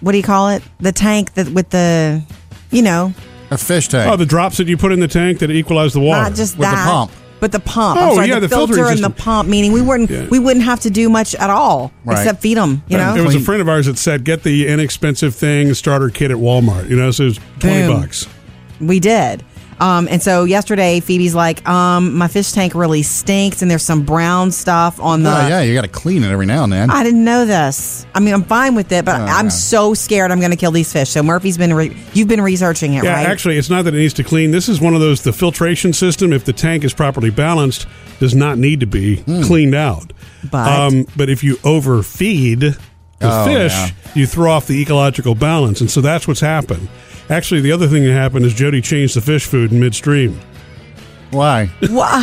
Speaker 2: What do you call it? The tank that with the, you know,
Speaker 4: A fish tank.
Speaker 1: Oh, the drops that you put in the tank that equalize the water.
Speaker 2: not just
Speaker 4: With the
Speaker 2: that
Speaker 4: pump.
Speaker 2: but the pump. I'm
Speaker 1: Oh,
Speaker 2: sorry,
Speaker 1: yeah, the
Speaker 2: filter
Speaker 1: filtering
Speaker 2: and the
Speaker 1: system.
Speaker 2: pump. Meaning we wouldn't
Speaker 1: Yeah.
Speaker 2: we wouldn't have to do much at all
Speaker 4: Right.
Speaker 2: except feed them. You know,
Speaker 1: It was a
Speaker 4: Clean.
Speaker 1: friend of ours that said, "Get the inexpensive thing, starter kit at Walmart." You know, so it was twenty
Speaker 2: Boom.
Speaker 1: bucks.
Speaker 2: We did. Um, and so yesterday, Phoebe's like, um, my fish tank really stinks, and there's some brown stuff on the.
Speaker 4: Oh, yeah, you got to clean it every now and then.
Speaker 2: I didn't know this. I mean, I'm fine with it, but
Speaker 4: Oh,
Speaker 2: I'm so scared I'm going to kill these fish. So Murphy's been re- you've been researching it,
Speaker 1: Yeah,
Speaker 2: right?
Speaker 1: actually, it's not that it needs to clean. This is one of those the filtration system, if the tank is properly balanced, does not need to be cleaned out.
Speaker 2: Hmm.
Speaker 1: Um,
Speaker 2: But-
Speaker 1: but if you overfeed the
Speaker 4: Oh,
Speaker 1: fish,
Speaker 4: yeah.
Speaker 1: you throw off the ecological balance, and so that's what's happened. Actually, the other thing that happened is Jody changed the fish food in midstream.
Speaker 4: Why?
Speaker 2: Wha-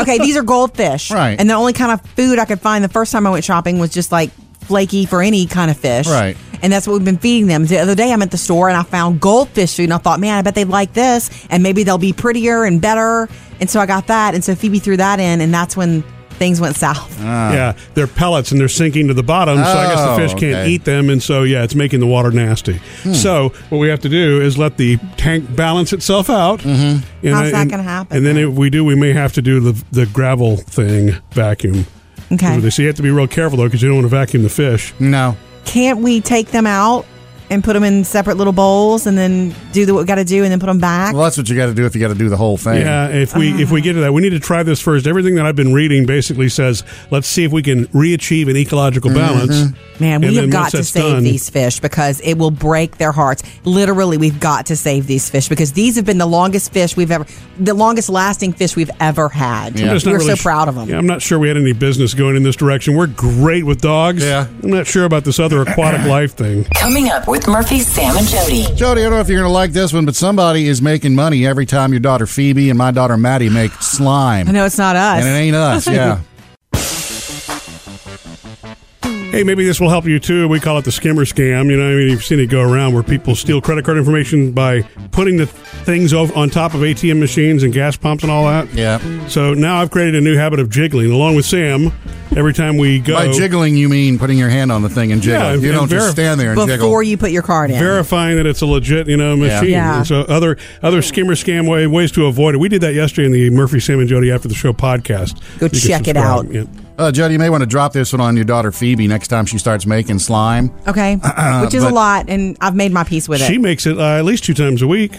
Speaker 2: okay, these are goldfish,
Speaker 4: Right.
Speaker 2: And the only kind of food I could find the first time I went shopping was just like flaky for any kind of fish,
Speaker 4: Right.
Speaker 2: And that's what we've been feeding them. The other day I'm at the store and I found goldfish food, and I thought, man, I bet they'd like this, and maybe they'll be prettier and better. And so I got that, and so Phoebe threw that in, and that's when things went south.
Speaker 4: Ah,
Speaker 1: Yeah, they're pellets and they're sinking to the bottom, so I guess the
Speaker 4: Oh,
Speaker 1: fish can't
Speaker 4: okay. Hmm.
Speaker 1: eat them, and so yeah, it's making the water nasty. So what we have to do is let the tank balance itself out. Mm-hmm.
Speaker 2: How's that gonna happen?
Speaker 1: And then if we do, we may have to do the the gravel thing vacuum.
Speaker 2: Okay,
Speaker 1: So you have to be real careful though, because you don't want to vacuum the fish.
Speaker 4: No.
Speaker 2: can't we take them out? And put them in separate little bowls, and then do the, what we got to do, and then put them back.
Speaker 4: Well, that's what you got to do if you got to do the whole thing.
Speaker 1: Yeah, if we if we get to that, we need to try this first. Everything that I've been reading basically says let's see if we can reachieve an ecological
Speaker 4: Mm-hmm.
Speaker 1: balance.
Speaker 2: Man, we
Speaker 1: And
Speaker 2: have
Speaker 1: then
Speaker 2: got
Speaker 1: once
Speaker 2: to
Speaker 1: that's
Speaker 2: save
Speaker 1: done-
Speaker 2: these fish because it will break their hearts. Literally, we've got to save these fish because these have been the longest fish we've ever, the longest lasting fish we've ever had.
Speaker 4: Yeah.
Speaker 2: We're
Speaker 1: just not
Speaker 2: so
Speaker 1: really su-
Speaker 2: proud of them.
Speaker 1: Yeah, I'm not sure we had any business going in this direction. We're great with dogs.
Speaker 4: Yeah.
Speaker 1: I'm not sure about this other aquatic life thing.
Speaker 6: Coming up with Murphy, Sam, and Jody.
Speaker 4: Jody, I don't know if you're going to like this one, but somebody is making money every time your daughter Phoebe and my daughter Maddie make slime.
Speaker 2: I know it's not us.
Speaker 4: And it ain't us, yeah.
Speaker 1: Hey, maybe this will help you too. We call it the skimmer scam. You know, what I mean, you've seen it go around where people steal credit card information by putting the things ov- on top of ATM machines and gas pumps and all that.
Speaker 4: yeah.
Speaker 1: So now I've created a new habit of jiggling along with Sam every time we go.
Speaker 4: By jiggling, you mean putting your hand on the thing and jiggle.
Speaker 1: Yeah,
Speaker 4: you
Speaker 1: and
Speaker 4: don't
Speaker 1: verif-
Speaker 4: just stand there and
Speaker 2: Before
Speaker 4: jiggle.
Speaker 2: you put your card in.
Speaker 1: verifying that it's a legit, you know, machine.
Speaker 2: Yeah.
Speaker 1: And so other other skimmer scam way, ways to avoid it. We did that yesterday in the Murphy Sam and Jody after the show podcast.
Speaker 2: Go
Speaker 1: You can
Speaker 2: check
Speaker 1: subscribe.
Speaker 2: it out.
Speaker 1: Yeah.
Speaker 4: Uh, Jody, you may want to drop this one on your daughter Phoebe next time she starts making slime.
Speaker 2: okay. Which is a
Speaker 4: but-
Speaker 2: lot, and I've made my peace with it.
Speaker 1: She makes it uh, at least two times a week.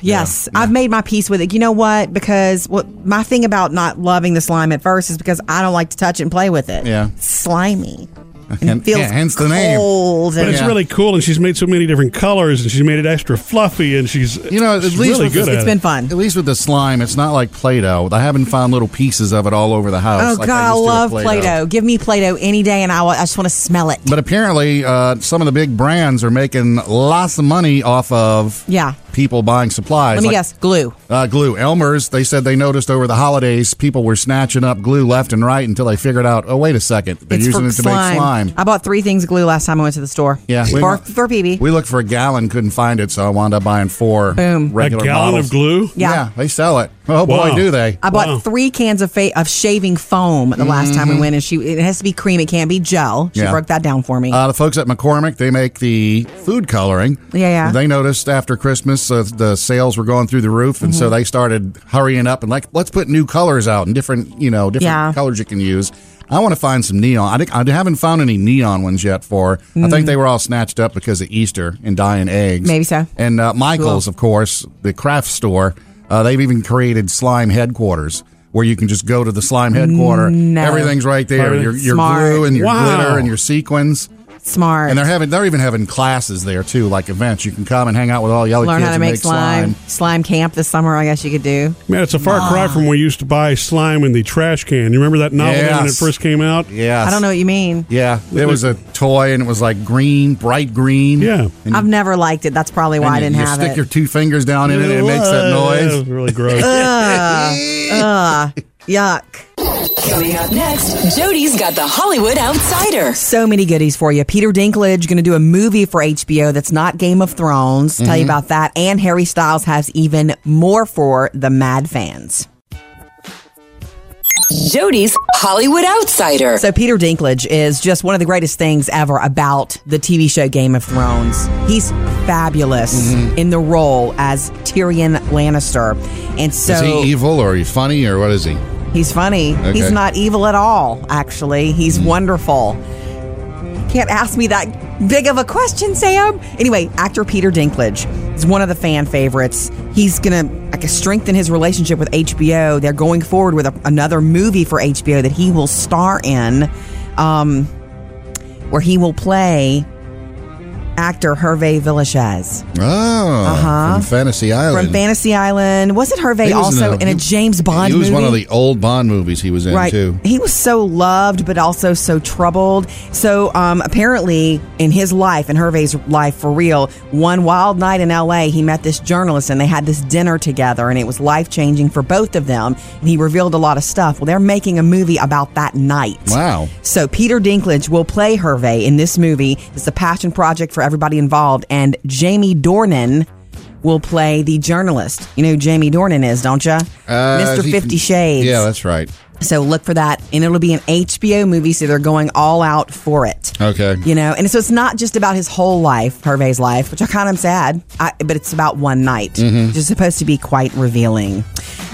Speaker 2: Yes, I've made my peace with it. You know what? Because what my thing about not loving the slime at first is because I don't like to touch it and play with it.
Speaker 4: Yeah.
Speaker 2: It's slimy. And,
Speaker 4: And-
Speaker 2: it feels
Speaker 4: yeah, hence the name.
Speaker 2: cold
Speaker 1: But
Speaker 2: and
Speaker 1: it's really cool, and she's made so many different colors, and she's made it extra fluffy, and she's
Speaker 4: You know, at
Speaker 1: she's
Speaker 4: least
Speaker 1: really
Speaker 4: with
Speaker 1: good
Speaker 4: this-
Speaker 1: at
Speaker 2: it's
Speaker 1: it.
Speaker 2: been fun.
Speaker 4: At least with the slime, it's not like Play Doh. I haven't found little pieces of it all over the house.
Speaker 2: Oh
Speaker 4: like
Speaker 2: God, I
Speaker 4: used to with
Speaker 2: love Play-Doh. Give me Play-Doh any day, and I, will, I just want to smell it.
Speaker 4: But apparently, uh, some of the big brands are making lots of money off of
Speaker 2: Yeah.
Speaker 4: people buying supplies.
Speaker 2: Let me
Speaker 4: like,
Speaker 2: guess. Glue.
Speaker 4: Uh, glue. Elmer's, they said they noticed over the holidays people were snatching up glue left and right until they figured out, oh, wait a second, they're
Speaker 2: it's
Speaker 4: using
Speaker 2: for
Speaker 4: it to make slime.
Speaker 2: I bought three things of glue last time I went to the store.
Speaker 4: Yeah, we-
Speaker 2: For, for PB.
Speaker 4: We looked for a gallon, couldn't find it, so I wound up buying four
Speaker 2: Boom.
Speaker 1: A
Speaker 4: regular
Speaker 1: gallon
Speaker 4: bottles.
Speaker 1: of glue?
Speaker 2: Yeah.
Speaker 4: they sell it. Oh,
Speaker 1: Wow.
Speaker 4: boy, do they.
Speaker 2: I bought
Speaker 1: Wow.
Speaker 2: three cans of fa- of shaving foam the last time we went, and she it has to be cream. It can't be gel. She
Speaker 4: Mm-hmm. Yeah.
Speaker 2: broke that down for me.
Speaker 4: Uh, the folks at McCormick, they make the food coloring.
Speaker 2: Yeah, yeah.
Speaker 4: They noticed after Christmas uh, the sales were going through the roof, and
Speaker 2: Mm-hmm.
Speaker 4: so they started hurrying up and like, let's put new colors out and different, you know, different
Speaker 2: Yeah.
Speaker 4: colors you can use. I want to find some neon. I, think, I haven't found any neon ones yet. For I think they were all snatched up because of Easter and dying eggs.
Speaker 2: Mm. Maybe so.
Speaker 4: And uh, Michaels, of course, the craft store. Uh, they've even created slime headquarters where you can just go to the slime headquarter. Everything's right there.
Speaker 1: Really?
Speaker 4: Your, your
Speaker 2: Mm, Smart.
Speaker 4: glue and your
Speaker 1: Wow.
Speaker 4: glitter and your sequins.
Speaker 2: Smart.
Speaker 4: And they're having they're even having classes there too, like events. You can come and hang out with all the other
Speaker 2: Learn
Speaker 4: kids
Speaker 2: how to
Speaker 4: and
Speaker 2: make, slime. slime. camp this summer, I guess you could do.
Speaker 1: Man, it's a far
Speaker 2: Ah.
Speaker 1: cry from where we used to buy slime in the trash can. You remember that novel when it
Speaker 4: Yes.
Speaker 1: first came out?
Speaker 4: Yes.
Speaker 2: I don't know what you mean.
Speaker 4: Yeah, there was a toy and it was like green, bright green.
Speaker 1: Yeah.
Speaker 4: And
Speaker 2: I've never liked it. That's probably why I
Speaker 4: you-
Speaker 2: didn't
Speaker 4: you
Speaker 2: have
Speaker 4: stick
Speaker 2: it.
Speaker 4: your two fingers down in it and it makes that
Speaker 1: It was
Speaker 4: noise.
Speaker 1: really gross.
Speaker 2: Yuck.
Speaker 6: Coming up next, Jody's got the Hollywood Outsider.
Speaker 2: So many goodies for you. Peter Dinklage going to do a movie for HBO that's not Game of Thrones. Tell you
Speaker 4: Mm-hmm.
Speaker 2: about that. And Harry Styles has even more for the mad fans.
Speaker 6: Jody's Hollywood Outsider.
Speaker 2: So Peter Dinklage is just one of the greatest things ever about the TV show Game of Thrones. He's fabulous
Speaker 4: Mm-hmm.
Speaker 2: in the role as Tyrion Lannister. And so
Speaker 4: Is he evil or are you funny or what is he?
Speaker 2: He's funny. He's
Speaker 4: Okay. Mm.
Speaker 2: not evil at all, actually. He's wonderful. Can't ask me that big of a question, Sam. Anyway, actor Peter Dinklage is one of the fan favorites. He's going to like, strengthen his relationship with HBO. They're going forward with a, another movie for HBO that he will star in, um, where he will play actor Hervé Villechaize
Speaker 4: Oh, from Fantasy Island.
Speaker 2: Uh-huh. from Fantasy Island. Wasn't Hervé
Speaker 4: He was
Speaker 2: also in a,
Speaker 4: he-
Speaker 2: James Bond
Speaker 4: He was
Speaker 2: movie?
Speaker 4: one of the old Bond movies he was in
Speaker 2: right.
Speaker 4: too.
Speaker 2: He was so loved, but also so troubled. So um, apparently, in his life, in Hervé's life for real, one wild night in L.A., he met this journalist, and they had this dinner together, and it was life changing for both of them. And he revealed a lot of stuff. Well, they're making a movie about that night.
Speaker 4: Wow.
Speaker 2: So Peter Dinklage will play Hervé in this movie. It's a passion project for everybody involved, and Jamie Dornan will play the journalist. You know who Jamie Dornan is, don't you?
Speaker 4: Uh,
Speaker 2: Mr.
Speaker 4: is he
Speaker 2: Fifty
Speaker 4: from-
Speaker 2: Shades.
Speaker 4: Yeah, that's right.
Speaker 2: So look for that, and it'll be an HBO movie. So they're going all out for it.
Speaker 4: Okay.
Speaker 2: You know, and so it's not just about his whole life, Hervé's life, which I kind of am sad, I, but it's about one night, which is supposed to be quite revealing.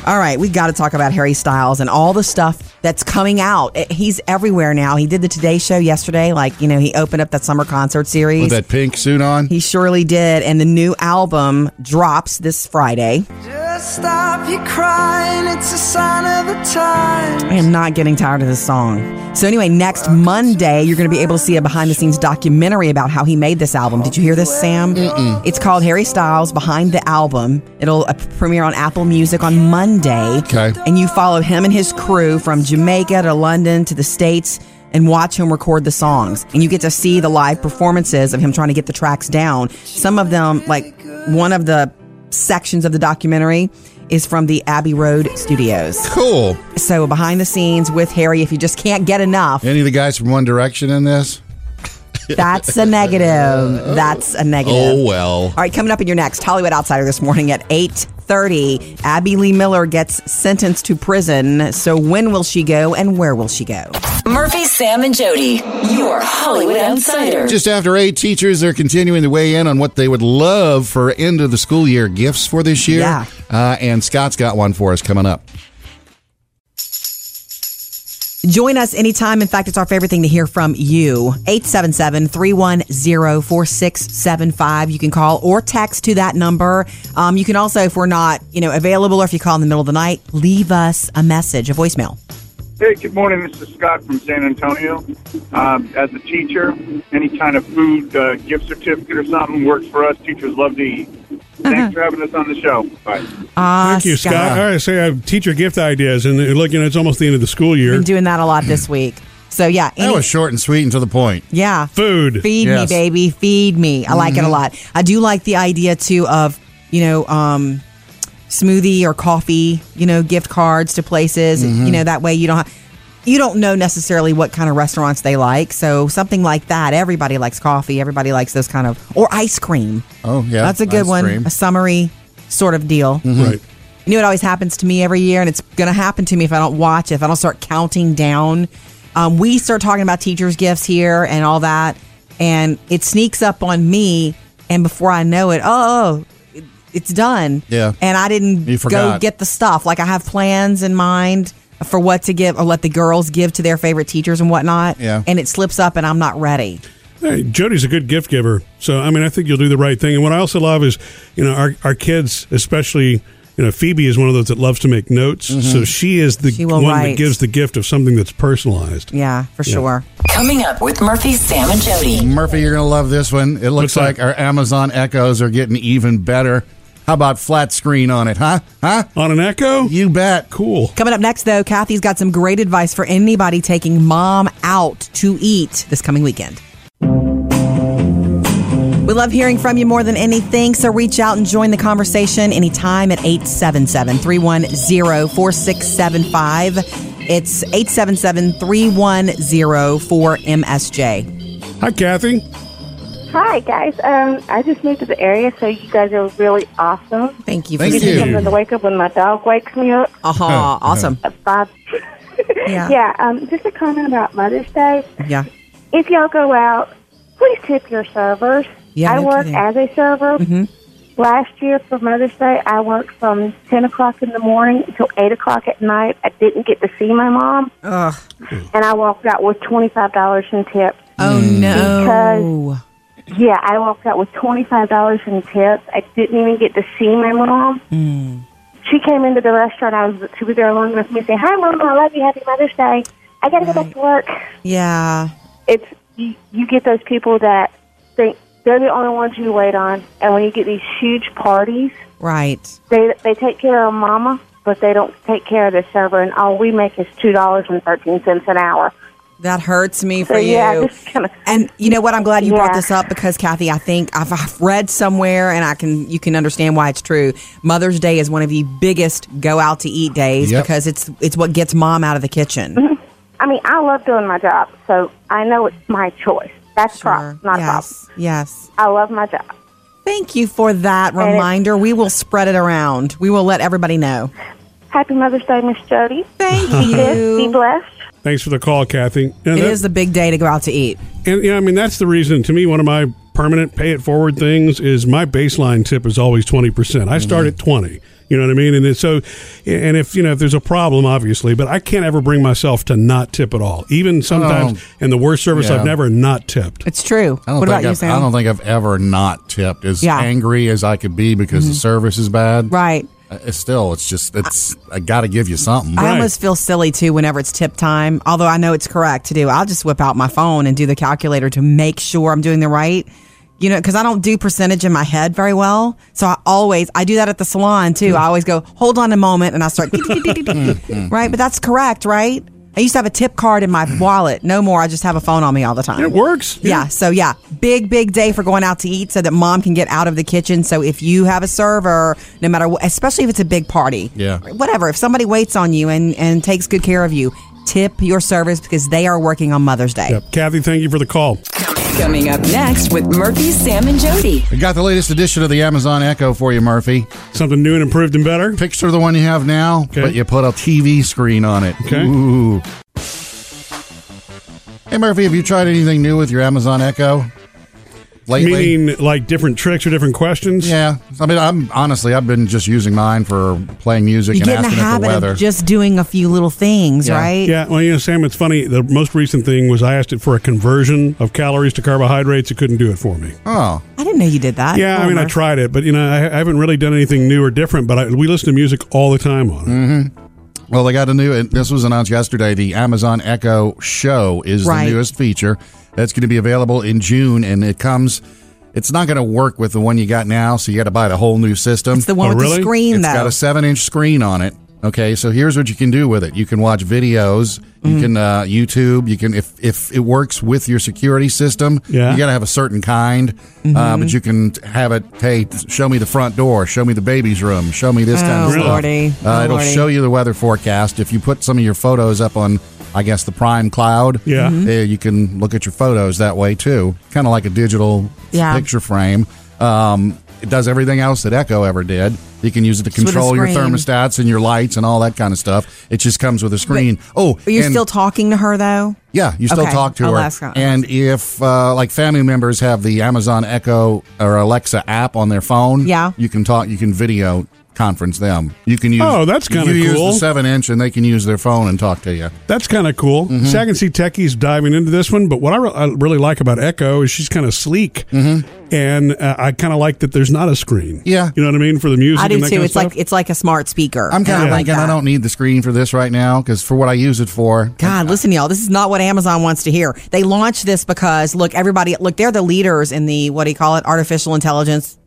Speaker 2: All right, we got to talk about Harry Styles and all the stuff that's coming out. Eh, He's everywhere now. He did the Today Show yesterday, like you know, he opened up that summer concert series.
Speaker 4: With that pink suit on.
Speaker 2: he surely did, and the new album drops this Friday.
Speaker 11: Just stop your crying, it's a sign of the time.
Speaker 2: I am not getting tired of this song. So anyway, next Monday you're going to be able to see a behind the scenes documentary about how he made this album. Did you hear this, Sam? Mm-mm. It's called Harry Styles Behind the Album. It'll uh, premiere on Apple Music on Monday.
Speaker 4: Okay.
Speaker 2: And you follow him and his crew from Jamaica to London to the States and watch him record the songs. And you get to see the live performances of him trying to get the tracks down. Some of them, like one of the sections of the documentary, is from the Abbey Road Studios.
Speaker 4: Cool.
Speaker 2: So behind the scenes with Harry, if you just can't get enough,
Speaker 4: Any of the guys from One Direction in this?
Speaker 2: that's a negative. That's a negative.
Speaker 4: Oh well.
Speaker 2: All right, coming up in your next Hollywood Outsider this morning at 8:30, Abby Lee Miller gets sentenced to prison. So when will she go and where will she go?
Speaker 6: Murphy, Sam, and Jody, your Hollywood Outsider.
Speaker 4: Just after eight, teachers are continuing to weigh in on what they would love for end of the school year gifts for this year.
Speaker 2: Yeah.
Speaker 4: Uh, and Scott's got one for us coming up.
Speaker 2: Join us anytime. In fact, it's our favorite thing to hear from you. 877-310-4675. You can call or text to that number. Um, you can also, if we're not, you know, available or if you call in the middle of the night, leave us a message, a voicemail.
Speaker 12: Hey, good morning. This is Scott from San Antonio. Um, as a teacher, any kind of food uh, gift certificate or something works for us. Teachers love to eat.
Speaker 3: Uh-huh.
Speaker 12: Thanks for having us on the show. Bye.
Speaker 1: Thank you, Scott. All right, so I have teacher gift ideas, and uh, look, you know, it's almost the end of the school year.
Speaker 2: Been doing that a lot this week. So yeah,
Speaker 4: That
Speaker 2: any-
Speaker 4: was short and sweet and to the point.
Speaker 2: yeah.
Speaker 1: Food.
Speaker 2: Feed
Speaker 4: Yes. Mm-hmm.
Speaker 2: me, baby. Feed me. I like it a lot. I do like the idea too of you know, um, smoothie or coffee, you know, gift cards to places.
Speaker 4: Mm-hmm.
Speaker 2: You know, that way you don't have, you don't know necessarily what kind of restaurants they like. So something like that. Everybody likes coffee. Everybody likes those kind of or ice cream.
Speaker 4: Oh, yeah,
Speaker 2: that's a good
Speaker 4: ice
Speaker 2: one.
Speaker 4: cream.
Speaker 2: A summary sort of deal.
Speaker 1: Right.
Speaker 2: You know, it always happens to me every year, and it's going to happen to me if I don't watch, if I don't start counting down. Um, we start talking about teachers' gifts here and all that, and it sneaks up on me, and before I know it, oh, it- it's done.
Speaker 4: Yeah.
Speaker 2: And I didn't
Speaker 4: You
Speaker 2: go
Speaker 4: forgot.
Speaker 2: get the stuff. Like, I have plans in mind for what to give or let the girls give to their favorite teachers and whatnot.
Speaker 4: Yeah.
Speaker 2: And it slips up, and I'm not ready.
Speaker 1: Hey, Jody's a good gift giver, so I mean, I think you'll do the right thing. And what I also love is, you know, our our kids, especially, you know, Phoebe is one of those that loves to make notes, so she is the
Speaker 2: Mm-hmm. She will
Speaker 1: one that
Speaker 2: write.
Speaker 1: gives the gift of something that's personalized.
Speaker 2: Yeah, for sure.
Speaker 6: Coming up with Murphy, Sam, and Jody.
Speaker 4: Murphy, you're going to love this one. It
Speaker 1: What's
Speaker 4: looks
Speaker 1: that?
Speaker 4: like our Amazon Echoes are getting even better. How about flat screen on it, huh? Huh?
Speaker 1: On an Echo,
Speaker 4: You bet.
Speaker 1: cool.
Speaker 2: Coming up next, though, Kathy's got some great advice for anybody taking mom out to eat this coming weekend. We love hearing from you more than anything, so reach out and join the conversation anytime at 877 310 4675. It's 877 310 4MSJ.
Speaker 1: Hi, Kathy.
Speaker 3: Hi guys. Um, I just moved to the area, so you guys are really awesome.
Speaker 2: Thank you for
Speaker 4: Thank
Speaker 3: You
Speaker 2: sitting-
Speaker 3: do something to wake up when my dog wakes me up.
Speaker 2: Uh-huh, awesome.
Speaker 3: at five.
Speaker 2: Yeah.
Speaker 3: yeah. Um, just a comment about Mother's Day.
Speaker 2: Yeah.
Speaker 3: if y'all go out, please tip your servers.
Speaker 2: Yeah, Mm-hmm. no
Speaker 3: I work
Speaker 2: kidding.
Speaker 3: as a server. Last year for Mother's Day, I worked from 10 o'clock in the morning until 8 o'clock at night. I didn't get to see my mom,
Speaker 2: Ugh.
Speaker 3: and I walked out with $25 in tips.
Speaker 2: Oh, no.
Speaker 3: Yeah, I walked out with $25 in tips. I didn't even get to see my mom. She came into the restaurant. I was She was there along with me and said, Hi, Mom. I love you. Happy Mother's Day. I got to go back to work
Speaker 2: Yeah.
Speaker 3: it's you, you get those people that think they're the only ones you wait on, and when you get these huge parties,
Speaker 2: Right.
Speaker 3: they they take care of mama, but they don't take care of the server, and all we make is two dollars and thirteen cents an hour.
Speaker 2: That hurts me for
Speaker 3: So yeah,
Speaker 2: you.
Speaker 3: just kind of
Speaker 2: And you know what? I'm glad you brought
Speaker 3: Yeah.
Speaker 2: this up because Kathy, I think I've, I've read somewhere, and I can you can understand why it's true. Mother's Day is one of the biggest go out to eat days
Speaker 4: Yep.
Speaker 2: because it's it's what gets mom out of the kitchen.
Speaker 3: Mm-hmm. I mean, I love doing my job, so I know it's my choice. That's
Speaker 2: Sure.
Speaker 3: props, not props.
Speaker 2: yes, yes.
Speaker 3: I love my job.
Speaker 2: Thank you for that
Speaker 3: it-
Speaker 2: reminder. We will spread it around. We will let everybody know.
Speaker 3: Happy Mother's Day, Miss Jody.
Speaker 2: Thank
Speaker 3: Be
Speaker 2: you.
Speaker 3: blessed.
Speaker 1: Thanks for the call, Kathy. And
Speaker 2: It
Speaker 1: that-
Speaker 2: is the big day to go out to eat.
Speaker 1: And yeah, I mean that's the reason to me one of my permanent pay it forward things is my baseline tip is always 20%. I start at 20. You know what I mean? And then so and if you know if there's a problem obviously, but I can't ever bring myself to not tip at all. Even sometimes in the worst service
Speaker 4: Oh, yeah.
Speaker 1: I've never not tipped.
Speaker 2: It's true.
Speaker 4: I don't
Speaker 2: What
Speaker 4: think
Speaker 2: about you,
Speaker 4: I've,
Speaker 2: Sam?
Speaker 4: I don't think I've ever not tipped. As
Speaker 2: Yeah. Mm-hmm.
Speaker 4: angry as I could be because the service is bad.
Speaker 2: right.
Speaker 4: Uh, It's still, it's just, it's. I got to give you something.
Speaker 2: I
Speaker 1: Right.
Speaker 2: almost feel silly too whenever it's tip time, although I know it's correct to do. I'll just whip out my phone and do the calculator to make sure I'm doing the right, you know, because I don't do percentage in my head very well. So I always, I do that at the salon too. I always go, hold on a moment, and I start,
Speaker 1: Mm,
Speaker 2: right? But that's correct, right? I used to have a tip card in my wallet. No more. I just have a phone on me all the time.
Speaker 1: Mm. It works.
Speaker 2: Yeah. So yeah, big big day for going out to eat, so that mom can get out of the kitchen. So if you have a server, no matter what, especially if it's a big party,
Speaker 4: Yeah.
Speaker 2: whatever. If somebody waits on you and and takes good care of you, tip your servers because they are working on Mother's Day.
Speaker 1: Yep. Kathy, thank you for the call.
Speaker 6: Coming up next with Murphy, Sam, and Jody.
Speaker 4: I got the latest edition of the Amazon Echo for you, Murphy.
Speaker 1: Something new and improved and better.
Speaker 4: Picture the one you have now,
Speaker 1: Okay.
Speaker 4: but you put a TV screen on it.
Speaker 1: Okay.
Speaker 4: Ooh. Hey, Murphy, have you tried anything new with your Amazon Echo lately?
Speaker 1: Meaning like different tricks or different questions.
Speaker 4: yeah. I mean, I'm honestly, I've been just using mine for playing music
Speaker 2: You
Speaker 4: and
Speaker 2: get in the
Speaker 4: asking it for
Speaker 2: habit
Speaker 4: weather.
Speaker 2: of just doing a few little things,
Speaker 4: Yeah.
Speaker 2: right?
Speaker 1: Yeah, well, you know, Sam, it's funny. The most recent thing was I asked it for a conversion of calories to carbohydrates. It couldn't do it for me.
Speaker 4: oh,
Speaker 2: I didn't know you did that.
Speaker 1: Yeah, I mean, I
Speaker 2: Homer.
Speaker 1: tried it, but you know, I, I haven't really done anything new or different. But I, we listen to music all the time on it.
Speaker 2: Mm-hmm.
Speaker 4: Well, they got a new, and this was announced yesterday. The Amazon Echo Show is
Speaker 2: Right.
Speaker 4: the newest feature that's going to be available in June, and it comes, it's not going to work with the one you got now, so you got to buy the whole new system.
Speaker 2: It's the one
Speaker 1: Oh,
Speaker 2: with
Speaker 1: really?
Speaker 2: the screen,
Speaker 4: It's
Speaker 2: though.
Speaker 4: got a seven inch screen on it. Okay, so here's what you can do with it. You can watch videos. You
Speaker 2: Mm-hmm.
Speaker 4: can uh, YouTube. You can if if it works with your security system.
Speaker 1: Yeah.
Speaker 4: you got to have a certain kind, uh,
Speaker 2: Mm-hmm.
Speaker 4: but you can t- have it. Hey, t- show me the front door. Show me the baby's room. Show me this kind of
Speaker 2: Oh, Lordy.
Speaker 4: stuff. Uh, it'll
Speaker 2: Lordy.
Speaker 4: show you the weather forecast. If you put some of your photos up on, I guess the Prime Cloud.
Speaker 1: Yeah. Mhm.
Speaker 4: uh, you can look at your photos that way too. Kind of like a digital
Speaker 2: Yeah.
Speaker 4: picture frame. Um, it does everything else that Echo ever did. You can use it to
Speaker 2: with a
Speaker 4: control your
Speaker 2: screen.
Speaker 4: thermostat stats and your lights and all that kind of stuff. It just comes with a screen. oh,
Speaker 2: But you're
Speaker 4: and-
Speaker 2: still talking to her though.
Speaker 4: yeah, you still
Speaker 2: Okay,
Speaker 4: talk to
Speaker 2: I'll
Speaker 4: her.
Speaker 2: ask her.
Speaker 4: And if uh, like family members have the Amazon Echo or Alexa app on their phone,
Speaker 2: Yeah.
Speaker 4: you can talk. You can video conference them. You can use
Speaker 1: Oh, that's kinda
Speaker 4: you
Speaker 1: cool.
Speaker 4: Use the seven inch, and they can use their phone and talk to you.
Speaker 1: That's kind of cool.
Speaker 2: Mm-hmm.
Speaker 1: So I can see Techie's diving into this one, but what I, re- I really like about Echo is she's kind of sleek,
Speaker 2: Mm-hmm.
Speaker 1: and uh, I kind of like that there's not a screen.
Speaker 4: Yeah.
Speaker 1: you know what I mean for the music.
Speaker 2: I do
Speaker 1: and that
Speaker 2: too.
Speaker 1: kinda
Speaker 2: It's
Speaker 1: stuff.
Speaker 2: like it's like a smart speaker.
Speaker 4: I'm kind
Speaker 2: And
Speaker 4: of
Speaker 2: I like
Speaker 4: thinking I
Speaker 2: that.
Speaker 4: don't need the screen for this right now because for what I use it for,
Speaker 2: God, listen, y'all. This is not what Amazon wants to hear. They launched this because look, everybody, look, they're the leaders in the what do you call it, artificial intelligence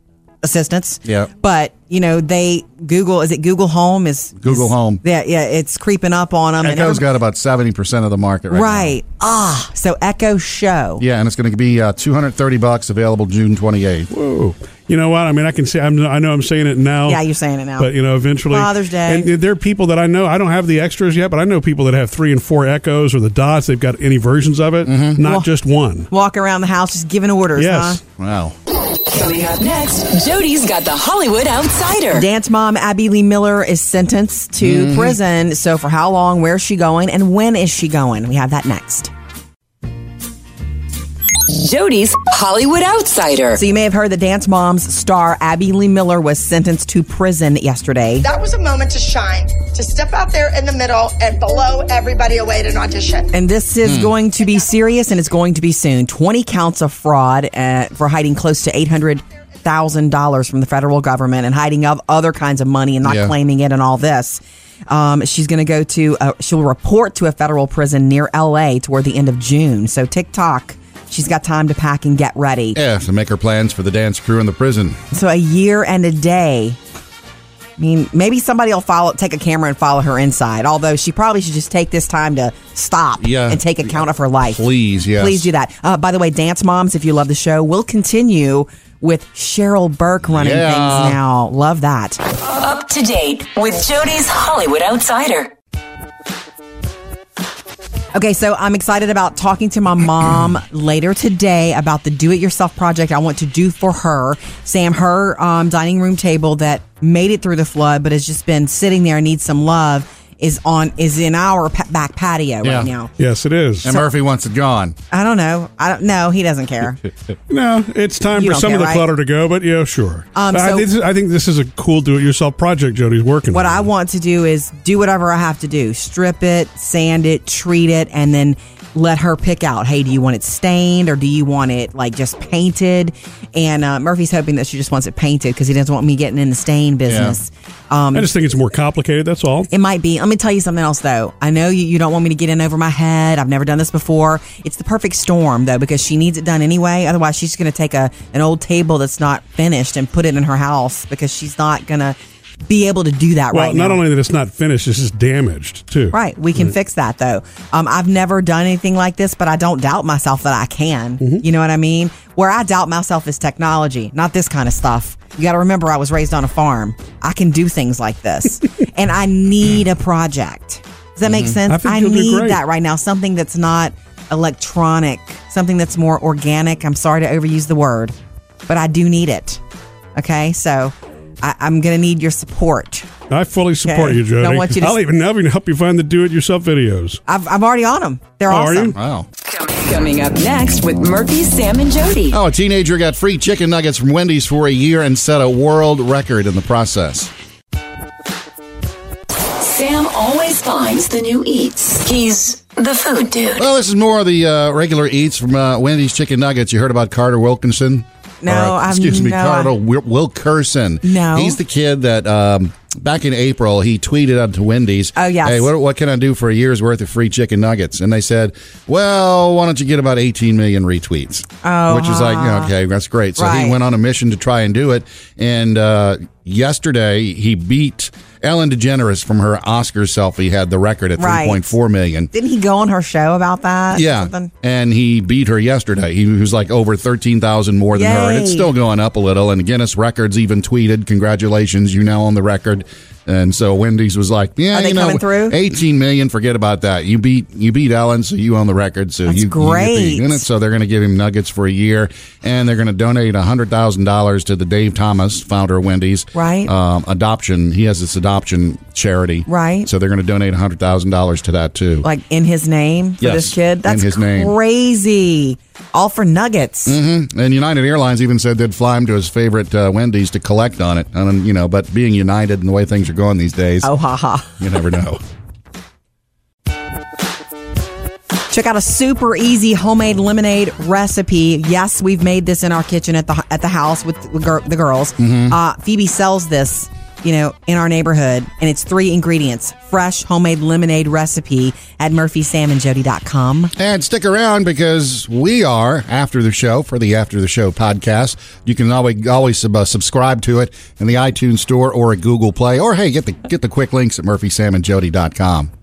Speaker 2: assistants.
Speaker 4: Yeah.
Speaker 2: But you know, they Google is it Google Home is
Speaker 4: Google
Speaker 2: is-
Speaker 4: Home.
Speaker 2: Yeah, yeah. It's creeping up on them.
Speaker 4: Echo's got about seventy percent of the market right. now.
Speaker 2: right. Ah, so Echo Show.
Speaker 4: Yeah, and it's going to be uh, two hundred thirty bucks available June twenty eighth.
Speaker 1: Whoa. You know what? I mean, I can say I'm, I know I'm saying it now.
Speaker 2: Yeah, you're saying it now.
Speaker 1: But you know, eventually
Speaker 2: Father's Day.
Speaker 1: And there are people that I know. I don't have the extras yet, but I know people that have three and four echoes or the dots. They've got any versions of it,
Speaker 2: Mm-hmm.
Speaker 1: not just one.
Speaker 2: Walk around the house just giving orders.
Speaker 1: Yes.
Speaker 2: Huh?
Speaker 4: Wow.
Speaker 6: Coming up next, Jody's got the Hollywood Outsider.
Speaker 2: Dance mom Abby Lee Miller is sentenced to
Speaker 4: Mm-hmm.
Speaker 2: prison. So for how long? Where's she going? And when is she going? We have that next.
Speaker 6: Jody's Hollywood Outsider.
Speaker 2: So you may have heard that Dance Moms star Abby Lee Miller was sentenced to prison yesterday.
Speaker 12: That was a moment to shine, to step out there in the middle and blow everybody away at an audition.
Speaker 2: And this is going to be serious and it's going to be soon. 20 counts of fraud uh, for hiding close to $800,000 from the federal government and hiding of other kinds of money and not
Speaker 4: Yeah.
Speaker 2: claiming it and all this. Um, she's going to go to, uh, she'll report to a federal prison near LA toward the end of June. So TikTok, she's got time to pack and get ready.
Speaker 4: Yeah, to make her plans for the dance crew in the prison.
Speaker 2: So a year and a day. I mean, maybe somebody will follow, take a camera and follow her inside. Although she probably should just take this time to stop
Speaker 4: Yeah.
Speaker 2: and take account of her life.
Speaker 4: Please, yes.
Speaker 2: Please do that. Uh, by the way, Dance Moms, if you love the show, we'll continue with Cheryl Burke running
Speaker 4: Yeah.
Speaker 2: things now. Love that.
Speaker 6: Up to date with Jody's Hollywood Outsider.
Speaker 2: Okay, so I'm excited about talking to my mom later today about the do-it-yourself project I want to do for her. Sam, her um, dining room table that made it through the flood, but has just been sitting there and needs some love, is on is in our pa- back patio
Speaker 4: Yeah.
Speaker 2: right now.
Speaker 1: Yes, it is.
Speaker 4: And Murphy wants it gone.
Speaker 2: I don't know. I don't know. He doesn't care.
Speaker 1: No, it's time
Speaker 2: You
Speaker 1: for
Speaker 2: don't
Speaker 1: some of
Speaker 2: care,
Speaker 1: the
Speaker 2: right?
Speaker 1: clutter to go, but yeah, sure.
Speaker 2: Um,
Speaker 1: But I,
Speaker 2: so-
Speaker 1: this is- I think this is a cool do-it-yourself project Jody's working
Speaker 2: What
Speaker 1: on.
Speaker 2: I want to do is do whatever I have to do: strip it, sand it, treat it, and then let her pick out. Hey, do you want it stained or do you want it like just painted? And uh, Murphy's hoping that she just wants it painted because he doesn't want me getting in the stain business. Um,
Speaker 1: I just think it's more complicated. That's all.
Speaker 2: It might be. Let me tell you something else, though. I know you, you don't want me to get in over my head. I've never done this before. It's the perfect storm, though, because she needs it done anyway. Otherwise, she's going to take a an old table that's not finished and put it in her house because she's not going to be able to do that
Speaker 1: Well,
Speaker 2: right
Speaker 1: not
Speaker 2: now.
Speaker 1: only that it's not finished, it's just damaged too.
Speaker 2: Right. We can fix that though. Um, I've never done anything like this, but I don't doubt myself that I can.
Speaker 1: Mm-hmm.
Speaker 2: You know what I mean? Where I doubt myself is technology, not this kind of stuff. You got to remember, I was raised on a farm. I can do things like this, and I need a project. Does that make sense?
Speaker 1: Mm-hmm. I think you'll do
Speaker 2: need
Speaker 1: great.
Speaker 2: that right now. Something that's not electronic, something that's more organic. I'm sorry to overuse the word, but I do need it. Okay, so I, I'm going to need your support.
Speaker 1: I fully support
Speaker 2: Okay.
Speaker 1: you, Jody.
Speaker 2: Don't want you to-
Speaker 1: I'll even help you help you find the do-it-yourself videos.
Speaker 2: I've, I'm already on them. They're
Speaker 1: Oh, Are
Speaker 2: awesome.
Speaker 1: you?
Speaker 4: Wow.
Speaker 6: Coming up next with Murphy, Sam, and Jody.
Speaker 4: Oh, a teenager got free chicken nuggets from Wendy's for a year and set a world record in the process.
Speaker 6: Sam always finds the new eats. He's the food dude.
Speaker 4: Well, this is more of the uh, regular eats from uh, Wendy's chicken nuggets. You heard about Carter Wilkinson?
Speaker 2: No,
Speaker 4: Or, uh,
Speaker 2: I've-
Speaker 4: excuse me,
Speaker 2: no,
Speaker 4: Carter
Speaker 2: I-
Speaker 4: Wil- Wilkerson.
Speaker 2: No.
Speaker 4: he's the kid that um, back in April he tweeted out to Wendy's.
Speaker 2: Oh, yes.
Speaker 4: Hey, what, what can I do for a year's worth of free chicken nuggets? And they said, Well, why don't you get about 18 million retweets? Oh, which is like, you know, okay, that's great. So
Speaker 2: Right.
Speaker 4: he went on a mission to try and do it, and. Uh, yesterday he beat Ellen DeGeneres from her Oscar selfie had the record at
Speaker 2: Right.
Speaker 4: 3.4 million.
Speaker 2: Didn't he go on her show about that? or
Speaker 4: Yeah,
Speaker 2: something?
Speaker 4: and he beat her yesterday. He was like over thirteen thousand more than her, and it's
Speaker 2: Yay.
Speaker 4: still going up a little. And Guinness Records even tweeted, "Congratulations, you now on the record." And so Wendy's was like, "Yeah,
Speaker 2: Are they
Speaker 4: you know,
Speaker 2: coming through?
Speaker 4: eighteen million. Forget about that. You beat you beat Ellen, so you own the record. So
Speaker 2: That's
Speaker 4: you you get the
Speaker 2: great.
Speaker 4: unit. So they're going to give him nuggets for a year, and they're going to donate hundred thousand dollars to the Dave Thomas, founder of Wendy's,
Speaker 2: Right.
Speaker 4: Um, adoption. He has this adoption charity,
Speaker 2: Right.
Speaker 4: So they're going to donate hundred thousand dollars to that too.
Speaker 2: Like in his name for
Speaker 4: Yes,
Speaker 2: this kid?
Speaker 4: in
Speaker 2: That's
Speaker 4: his name. Mm-hmm.
Speaker 2: crazy. All for nuggets.
Speaker 4: And United Airlines even said they'd fly him to his favorite uh, Wendy's to collect on it. And you know, but being United and the way things are going these days,
Speaker 2: Oh, ha ha.
Speaker 4: you never know.
Speaker 2: Check out a super easy homemade lemonade recipe. Yes, we've made this in our kitchen at the at the house with the, gir- the girls.
Speaker 4: Mm-hmm.
Speaker 2: Uh, Phoebe sells this, you know, in our neighborhood, and it's three ingredients: fresh homemade lemonade recipe at murphysamandjody.com.
Speaker 4: and stick around because we are after the show for the after the show podcast. You can always always sub- uh, subscribe to it in the iTunes store or at Google Play, or hey, get the get the quick links at murphysamandjody.com.